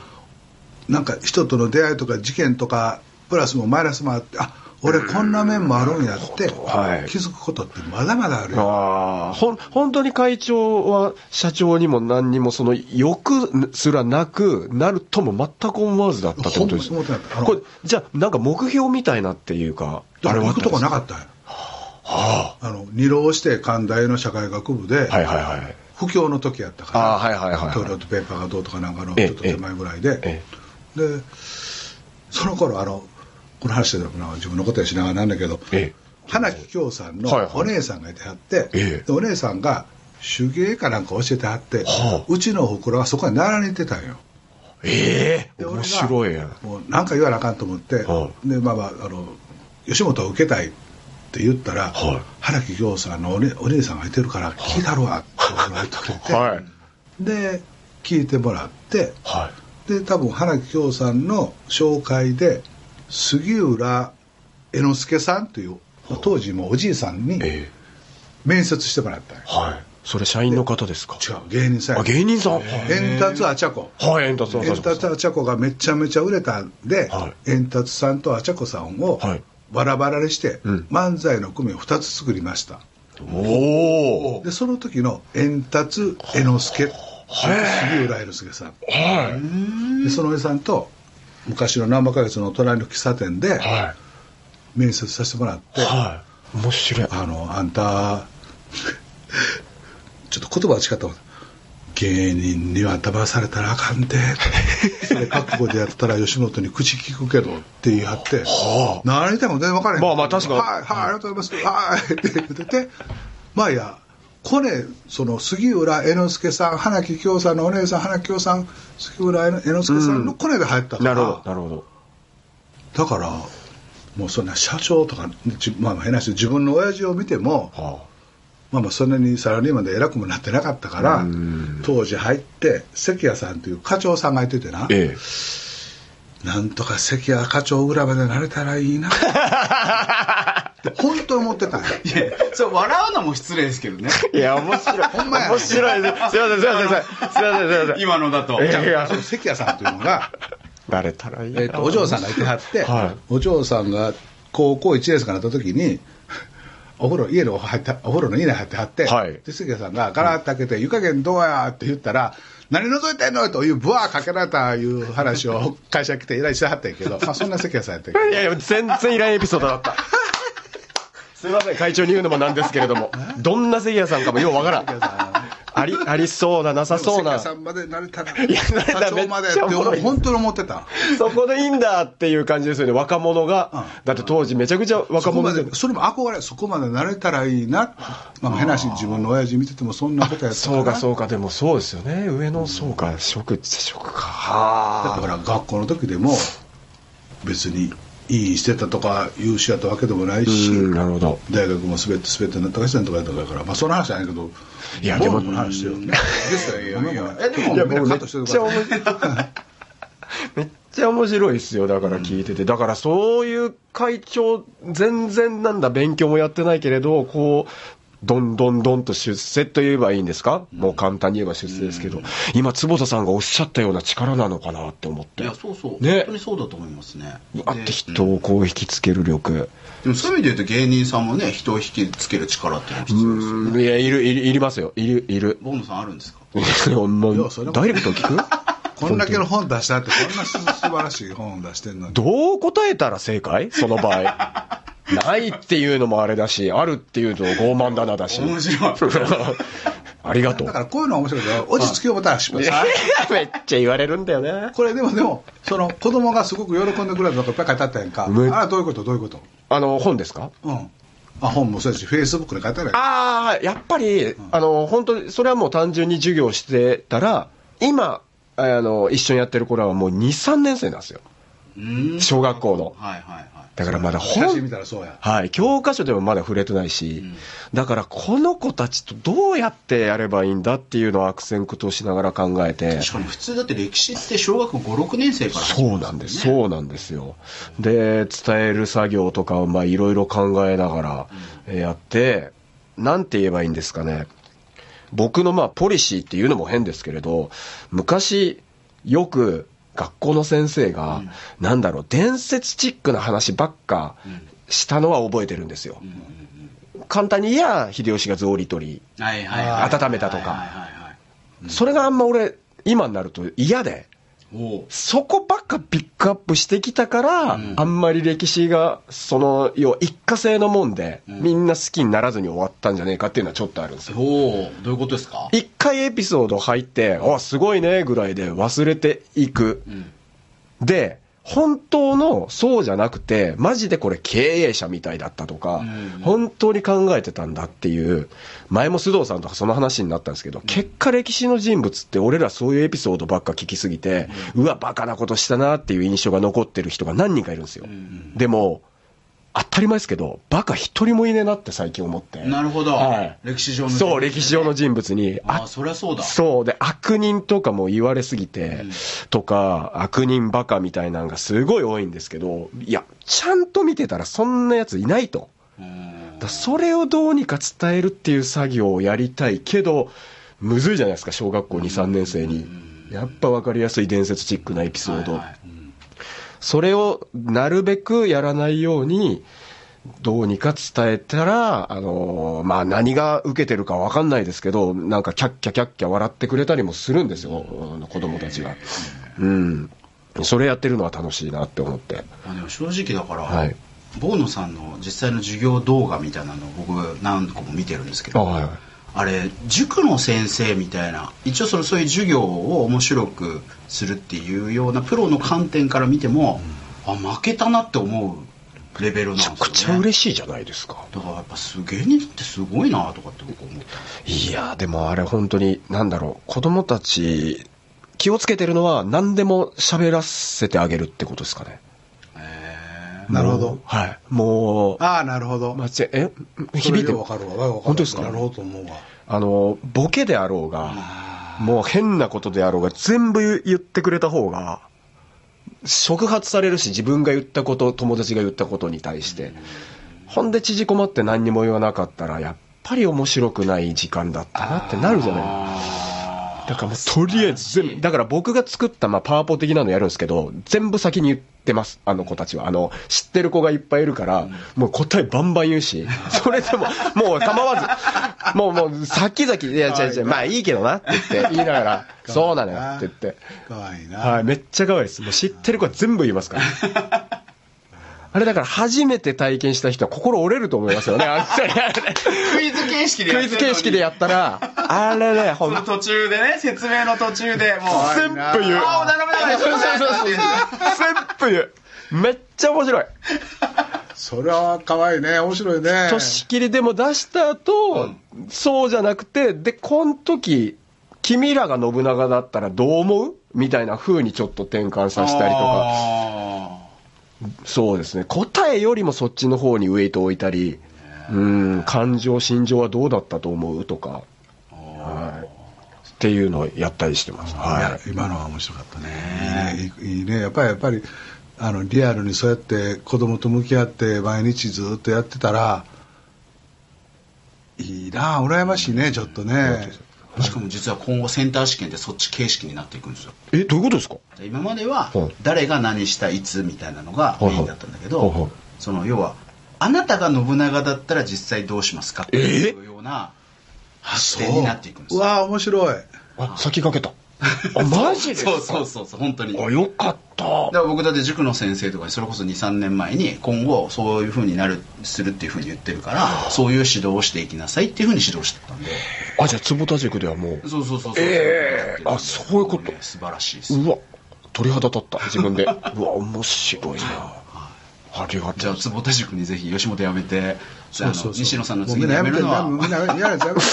B: なんか人との出会いとか事件とかプラスもマイナスもあってあ俺こんな面もあるんやって
D: はい
B: 気づくことってまだまだあるよ、
D: ああ、ほん、本当に会長は社長にも何にもその欲すらなくなるとも全く思わずだったってことです。
B: ほんまに思ってなかったあの
D: これ、じゃあなんか目標みたいなっていうか、
B: だから
D: は
B: 行くとこな
D: っ
B: かったんやあの二浪して関大の社会学部で
D: たですかはいはいはい。
B: 不況の時やったから、
D: ああ、はいはいはい
B: トイレ
D: は
B: ットペーパーがどうとかなんかの
D: ええ
B: ちょっと手前ぐらいで、
D: え
B: でその頃あのこの話してたのかな自分のことやしながらなんだけど、
D: い。え
B: 花木京さんの
D: はいはい
B: お姉さんがいてはって、
D: ええ
B: でお姉さんが手芸かなんか教えてはって、
D: はあ
B: うちのほくろはそこに並んでたんよ
D: えええ
B: で俺が
D: 面白いやん。
B: もう何か言わなあかんと思って、
D: は
B: でまあまああの吉本を受けたいって言ったら、
D: はい
B: 花木京さんのお,、ね、お姉さんがいてるから聞いたるわって言われてくれて、
D: はい。
B: で聞いてもらって
D: はい。
B: で多分花木京さんの紹介で杉浦江之助さんというまあ当時もうおじいさんに
D: え
B: 面接してもらったんよ
D: えはい。それ社員の方ですか
B: 違う芸人さん
D: あ、
B: や
D: 芸人さん。
B: 円達あちゃこ
D: はい、円達さん。
B: 円達あちゃこがめちゃめちゃ売れたんで、
D: は
B: 円達さんとあちゃこさんを
D: はい
B: バラバラにして
D: うん
B: 漫才の組を2つ作りました、
D: おお。
B: でその時の円達江之助杉浦江之助さん
D: はい。
B: でそのおじさんと昔の難波花月の隣の喫茶店で
D: は
B: 面接させてもらって、
D: い。はい。面白い。
B: あのあんた ちょっと言葉は違ったわ芸人には騙されたらあかん でそれ覚悟でやったら吉本に口聞くけどって言い張って何言っても全然分からへん
D: まあまあ確かに
B: はいはいありがとうございますはいって言っててまあいやこれその杉浦江之助さん花木京さんのお姉さん花木京さん杉浦江之助さんのコネで入ったから、
D: なるほど、なるほど。
B: だからもうそんな社長とか、じまあ、まあ変な話自分の親父を見ても、
D: は
B: まあ、まあそんなにサラリーマンで偉くもなってなかったから当時入って関谷さんという課長さんがいててな
D: あ、ええ。
B: なんとか関谷課長ぐらいまでなれたらいいな本当に思ってたんや。
C: いや、それ笑うのも失礼ですけどね。
D: いや、面白い。
B: ほんまや
D: 面白いね。すいません、すいません、すいません、すいません。
C: 今のだと。
D: いやいや
B: その関谷さんというの が、
D: バレたらいいな
B: えっと、お嬢さんがいてはって、
D: はい
B: お嬢さんが高校1年生かなった時に、 お風呂、家のお入ったお風呂の家に入ってはって、
D: はい
B: で、関谷さんがガラッと開けて、湯加減どうやって言ったら、何覗いてんのという、ブワーかけられたいう話を 会社来て依頼してはったんやけど、まあそんな関谷さんやったんやけど
D: いやいや、全然いらんエピソードだった。すいません、会長に言うのもなんですけれども、どんな関谷さんかもようわからん。あり、ありそうな、なさ そうな。
B: 関谷さんまでなれたら、
D: 慣れたら
B: 社長までって、
D: めっちゃおもろい
B: 俺、本当に思ってた。
D: そこでいいんだっていう感じですよね、若者が。だって当時めちゃくちゃ若
B: そこ
D: 者
B: ま
D: で
B: で、。それも憧れ、そこまでなれたらいいな、なんか変なし、自分の親父見てても、そんなことやったか
D: そう
B: ら
D: か、そうか、でもそうですよね。上の、そうか、職、職か。
B: だから学校の時でも別にいいしてたとか優秀やったわけでもないし、
D: うん、なるほど。
B: 大学も滑って滑ってなったかしてんとかやったから、まあ、その話じゃないけど
D: いやでも
B: ボーンの話してよですよいやいやえでも
D: いや
B: みんな
D: もう
B: カッ
D: めっ
B: トし
D: ち
B: て
D: ゃ面
B: るから
D: 白いめっちゃ面白いですよだから聞いてて、だからそういう会長全然なんだ勉強もやってないけれどこうどんどんどんと出世と言えばいいんですか、もう簡単に言えば出世ですけど、今坪田さんがおっしゃったような力なのかなって思っ
C: い
D: て
C: や、そうそう。
D: ね
C: 本当にそうだと思いますね。
D: あって人をこう引きつける力、
C: でもそういう意味で言うと芸人さんもね、人を引きつける力っていうのは必要ですよね。
D: うんいやいるいるいりますよいるいる
C: ボンドさんあるんですか
D: もう
B: いやそれも
D: ダイレクト聞く
B: こんだけの本出したってこんな素晴らしい本出してんのに
D: どう答えたら正解その場合。 ないっていうのもあれだし、あるっていうと傲慢だなだし。
C: 面白い
D: ありがとう
B: だか。らこういうのは面白いけど落ち着きをまた失敗する
D: めっちゃ言われるんだよね。
B: これでもでもその子供がすごく喜んでくれたとかいっぱい書いてあったやんか
D: め
B: あらどういうことどういうこと
D: あの、本ですか
B: うんあ本もそうやしフェイスブックに書いてあるやん
D: ああ、やっぱり、あの、本当に、それはもう単純に授業してたら、今、あの、一緒にやってる頃はもう2、3年生なんですよ。
C: うん
D: 小学校の。
C: はいはいはい。
D: だからまだ
B: 写真
D: 本
B: 見たらそうや
D: はい、教科書でもまだ触れてないし、だからこの子たちとどうやってやればいいんだっていうのを悪戦苦闘しながら考えて、
C: しかも普通だって歴史って小学校5、6年生から始
D: そ
C: ま
D: う
C: る
D: なんです、
C: よね
D: そうなんですよ。で、伝える作業とかをまあいろいろ考えながらえーやって、なんて言えばいいんですかね。僕のまあポリシーっていうのも変ですけれど、昔よく学校の先生が、なんだろう、伝説チックな話ばっかしたのは覚えてるんですよ。簡単に言えば秀吉が草履取り、
C: はいはいはい
D: 温めたとか
C: はいはいはいはい
D: それがあんま俺今になると嫌で。
C: おう
D: そこばっかピックアップしてきたから、あんまり歴史が、その、要は一過性のもんで、みんな好きにならずに終わったんじゃねえかっていうのはちょっとあるんですよ。
C: おうどういうことですか
D: 一回エピソード入って、あ、すごいね、ぐらいで忘れていく。
C: ん
D: で、本当のそうじゃなくて、マジでこれ経営者みたいだったとか、
C: うん
D: 本当に考えてたんだっていう、前も須藤さんとかその話になったんですけど、結果歴史の人物って俺らそういうエピソードばっか聞きすぎて、うわ、バカなことしたなっていう印象が残ってる人が何人かいるんですよ。でも、当たり前ですけど、バカ一人もいねえなって最近思って。
C: なるほど
D: はい。
C: 歴史上の人物
D: そう、歴史上の人物に、
C: ああそりゃそうだ
D: そうで、悪人とかも言われすぎて、とか、悪人バカみたいなのがすごい多いんですけど、いや、ちゃんと見てたらそんなやついないと。
C: うん
D: だそれをどうにか伝えるっていう作業をやりたいけど、むずいじゃないですか、小学校2、3年生に。やっぱ分かりやすい伝説チックなエピソード。
C: はいはい
D: それをなるべくやらないように、どうにか伝えたら、あのまあ、何が受けてるかわかんないですけど、なんかキャッキャキャッキャ笑ってくれたりもするんですよ、うん子供たちが。うん。それやってるのは楽しいなって思って。
C: まあでも正直だから、
D: はい
C: ボーノさんの実際の授業動画みたいなのを僕何個も見てるんですけど
D: はい
C: あれ塾の先生みたいな一応そのそういう授業を面白くするっていうようなプロの観点から見ても、あ負けたなって思うレベルなんですよ、ね、
D: めちゃくちゃ嬉しいじゃないですか。
C: だからやっぱす芸人ってすごいなとかって僕思った
D: いやーでもあれ本当になんだろう子供たち気をつけてるのは何でも喋らせてあげるってことですかね
B: なるほど
D: はいもう
B: ああなるほど
D: 間違ええ
B: それ
D: 響いて
B: ようわかるわわかるわ
D: 本当ですか
B: なるほどと思うわ
D: あのボケであろうがもう変なことであろうが全部言ってくれた方が触発されるし自分が言ったこと友達が言ったことに対してほんで縮こまって何にも言わなかったら、やっぱり面白くない時間だったなってなるじゃない。だからもうとりあえず全部、だから僕が作ったまあパワポ的なのやるんですけど、全部先に言ってます、あの子たちは。あの、知ってる子がいっぱいいるから、もう答えバンバン言う し、それでも、もう構わず、もうもう、先々、いや違う違う、まあいいけどなって言って、言いながら、 そうなのよって言って。
B: かわいいな。
D: はい、めっちゃ可愛いです。もう知ってる子は全部言いますから。 あれだから初めて体験した人は心折れると思いますよ ね。あれあれ
C: クイズ形式で
D: クイズ形式でやったら、あれね、ほ
C: そ
D: ん
C: の途中でね説明の途中でもう
D: 全部言う。
C: ああダメだ
D: そうそうそうそう。 全部言う。めっちゃ面白い。
B: それは可愛いね。面白いね。
D: としきりでも出した後、そうじゃなくて、で、この時、君らが信長だったらどう思うみたいな風にちょっと転換させたりとか。
C: か
D: そうですね答えよりもそっちの方にウエイトを置いたりうん感情心情はどうだったと思うとか、はい、っていうのをやったりしてま
B: い
D: す、は
B: や今のは面白かったね。いいね。いいいいねやっぱり、やっぱり、あの、リアルにそうやって子供と向き合って毎日ずっとやってたら、いいな羨ましいね、ちょっとね。
C: しかも実は今後センター試験ってそっち形式になっていくんですよ
D: い、えどういうことですか
C: 今までは
D: はい
C: 誰が何したいつみたいなのが
D: い
C: メ
D: は
C: イ
D: い
C: ンだったんだけ
D: はいはい
C: どその要はあなたが信長だったら実際どうしますかっていうような発展になっていくんです
B: う
C: よ
B: わあ面白い。
D: あ先駆けたあマジですか
C: そうそうそうそう本当に
D: あよかった
C: だから僕だって塾の先生とかにそれこそ23年前に今後そういうふうになるするっていうふうに言ってるからそういう指導をしていきなさいっていうふうに指導してたんで
D: あじゃあ坪田塾ではもう
C: そうそうそうそう、
D: ええあそういうこと
C: ね素晴らしいです
D: うわ鳥肌立った自 分でうわ面白いなありが
C: じ
D: と
C: ゃ
D: う
C: あ坪田塾にぜひ吉本辞めて
B: そうそう
C: あの
B: そう
C: 西野さんの
B: もう
C: 次
B: みん
C: に
B: なや
C: 辞
B: め
C: める
B: て
C: の
B: な
C: は
B: みんなやめやめてやめて。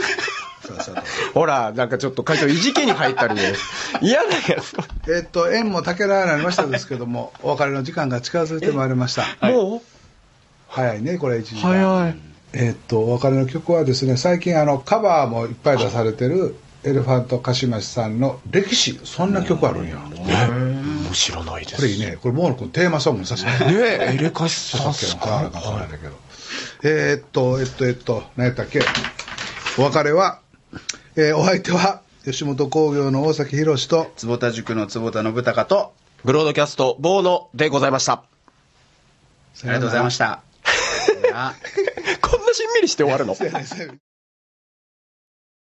B: さあさあ
D: ほらなんかちょっと会長いじけに入ったり ね嫌なやつ
B: えっと、縁も竹らになりましたですけども、お別れの時間が近づいてまいりました。
D: もう
B: 早いね、これ一時間。
D: 早い
B: えーっと、お別れの曲はですね、最近あの、カバーもいっぱい出されてる、エレファントカシマシさんの歴史、そんな曲あるんや。
D: もう知らないです
B: これいいね。これ、モール君、テーマソングさせて。
D: ねえ、エレカシさん
B: さっきのかなんかわからないけど。えーっと、えっと、えっと、何やったっけ。お別れは、えーお相手は、吉本興業の大崎宏と、
C: 坪田塾の坪田信孝と
F: ブロードキャスト、ボーノでございま した。
C: ありがとうございましたいや
D: こんなしんみりして終わるの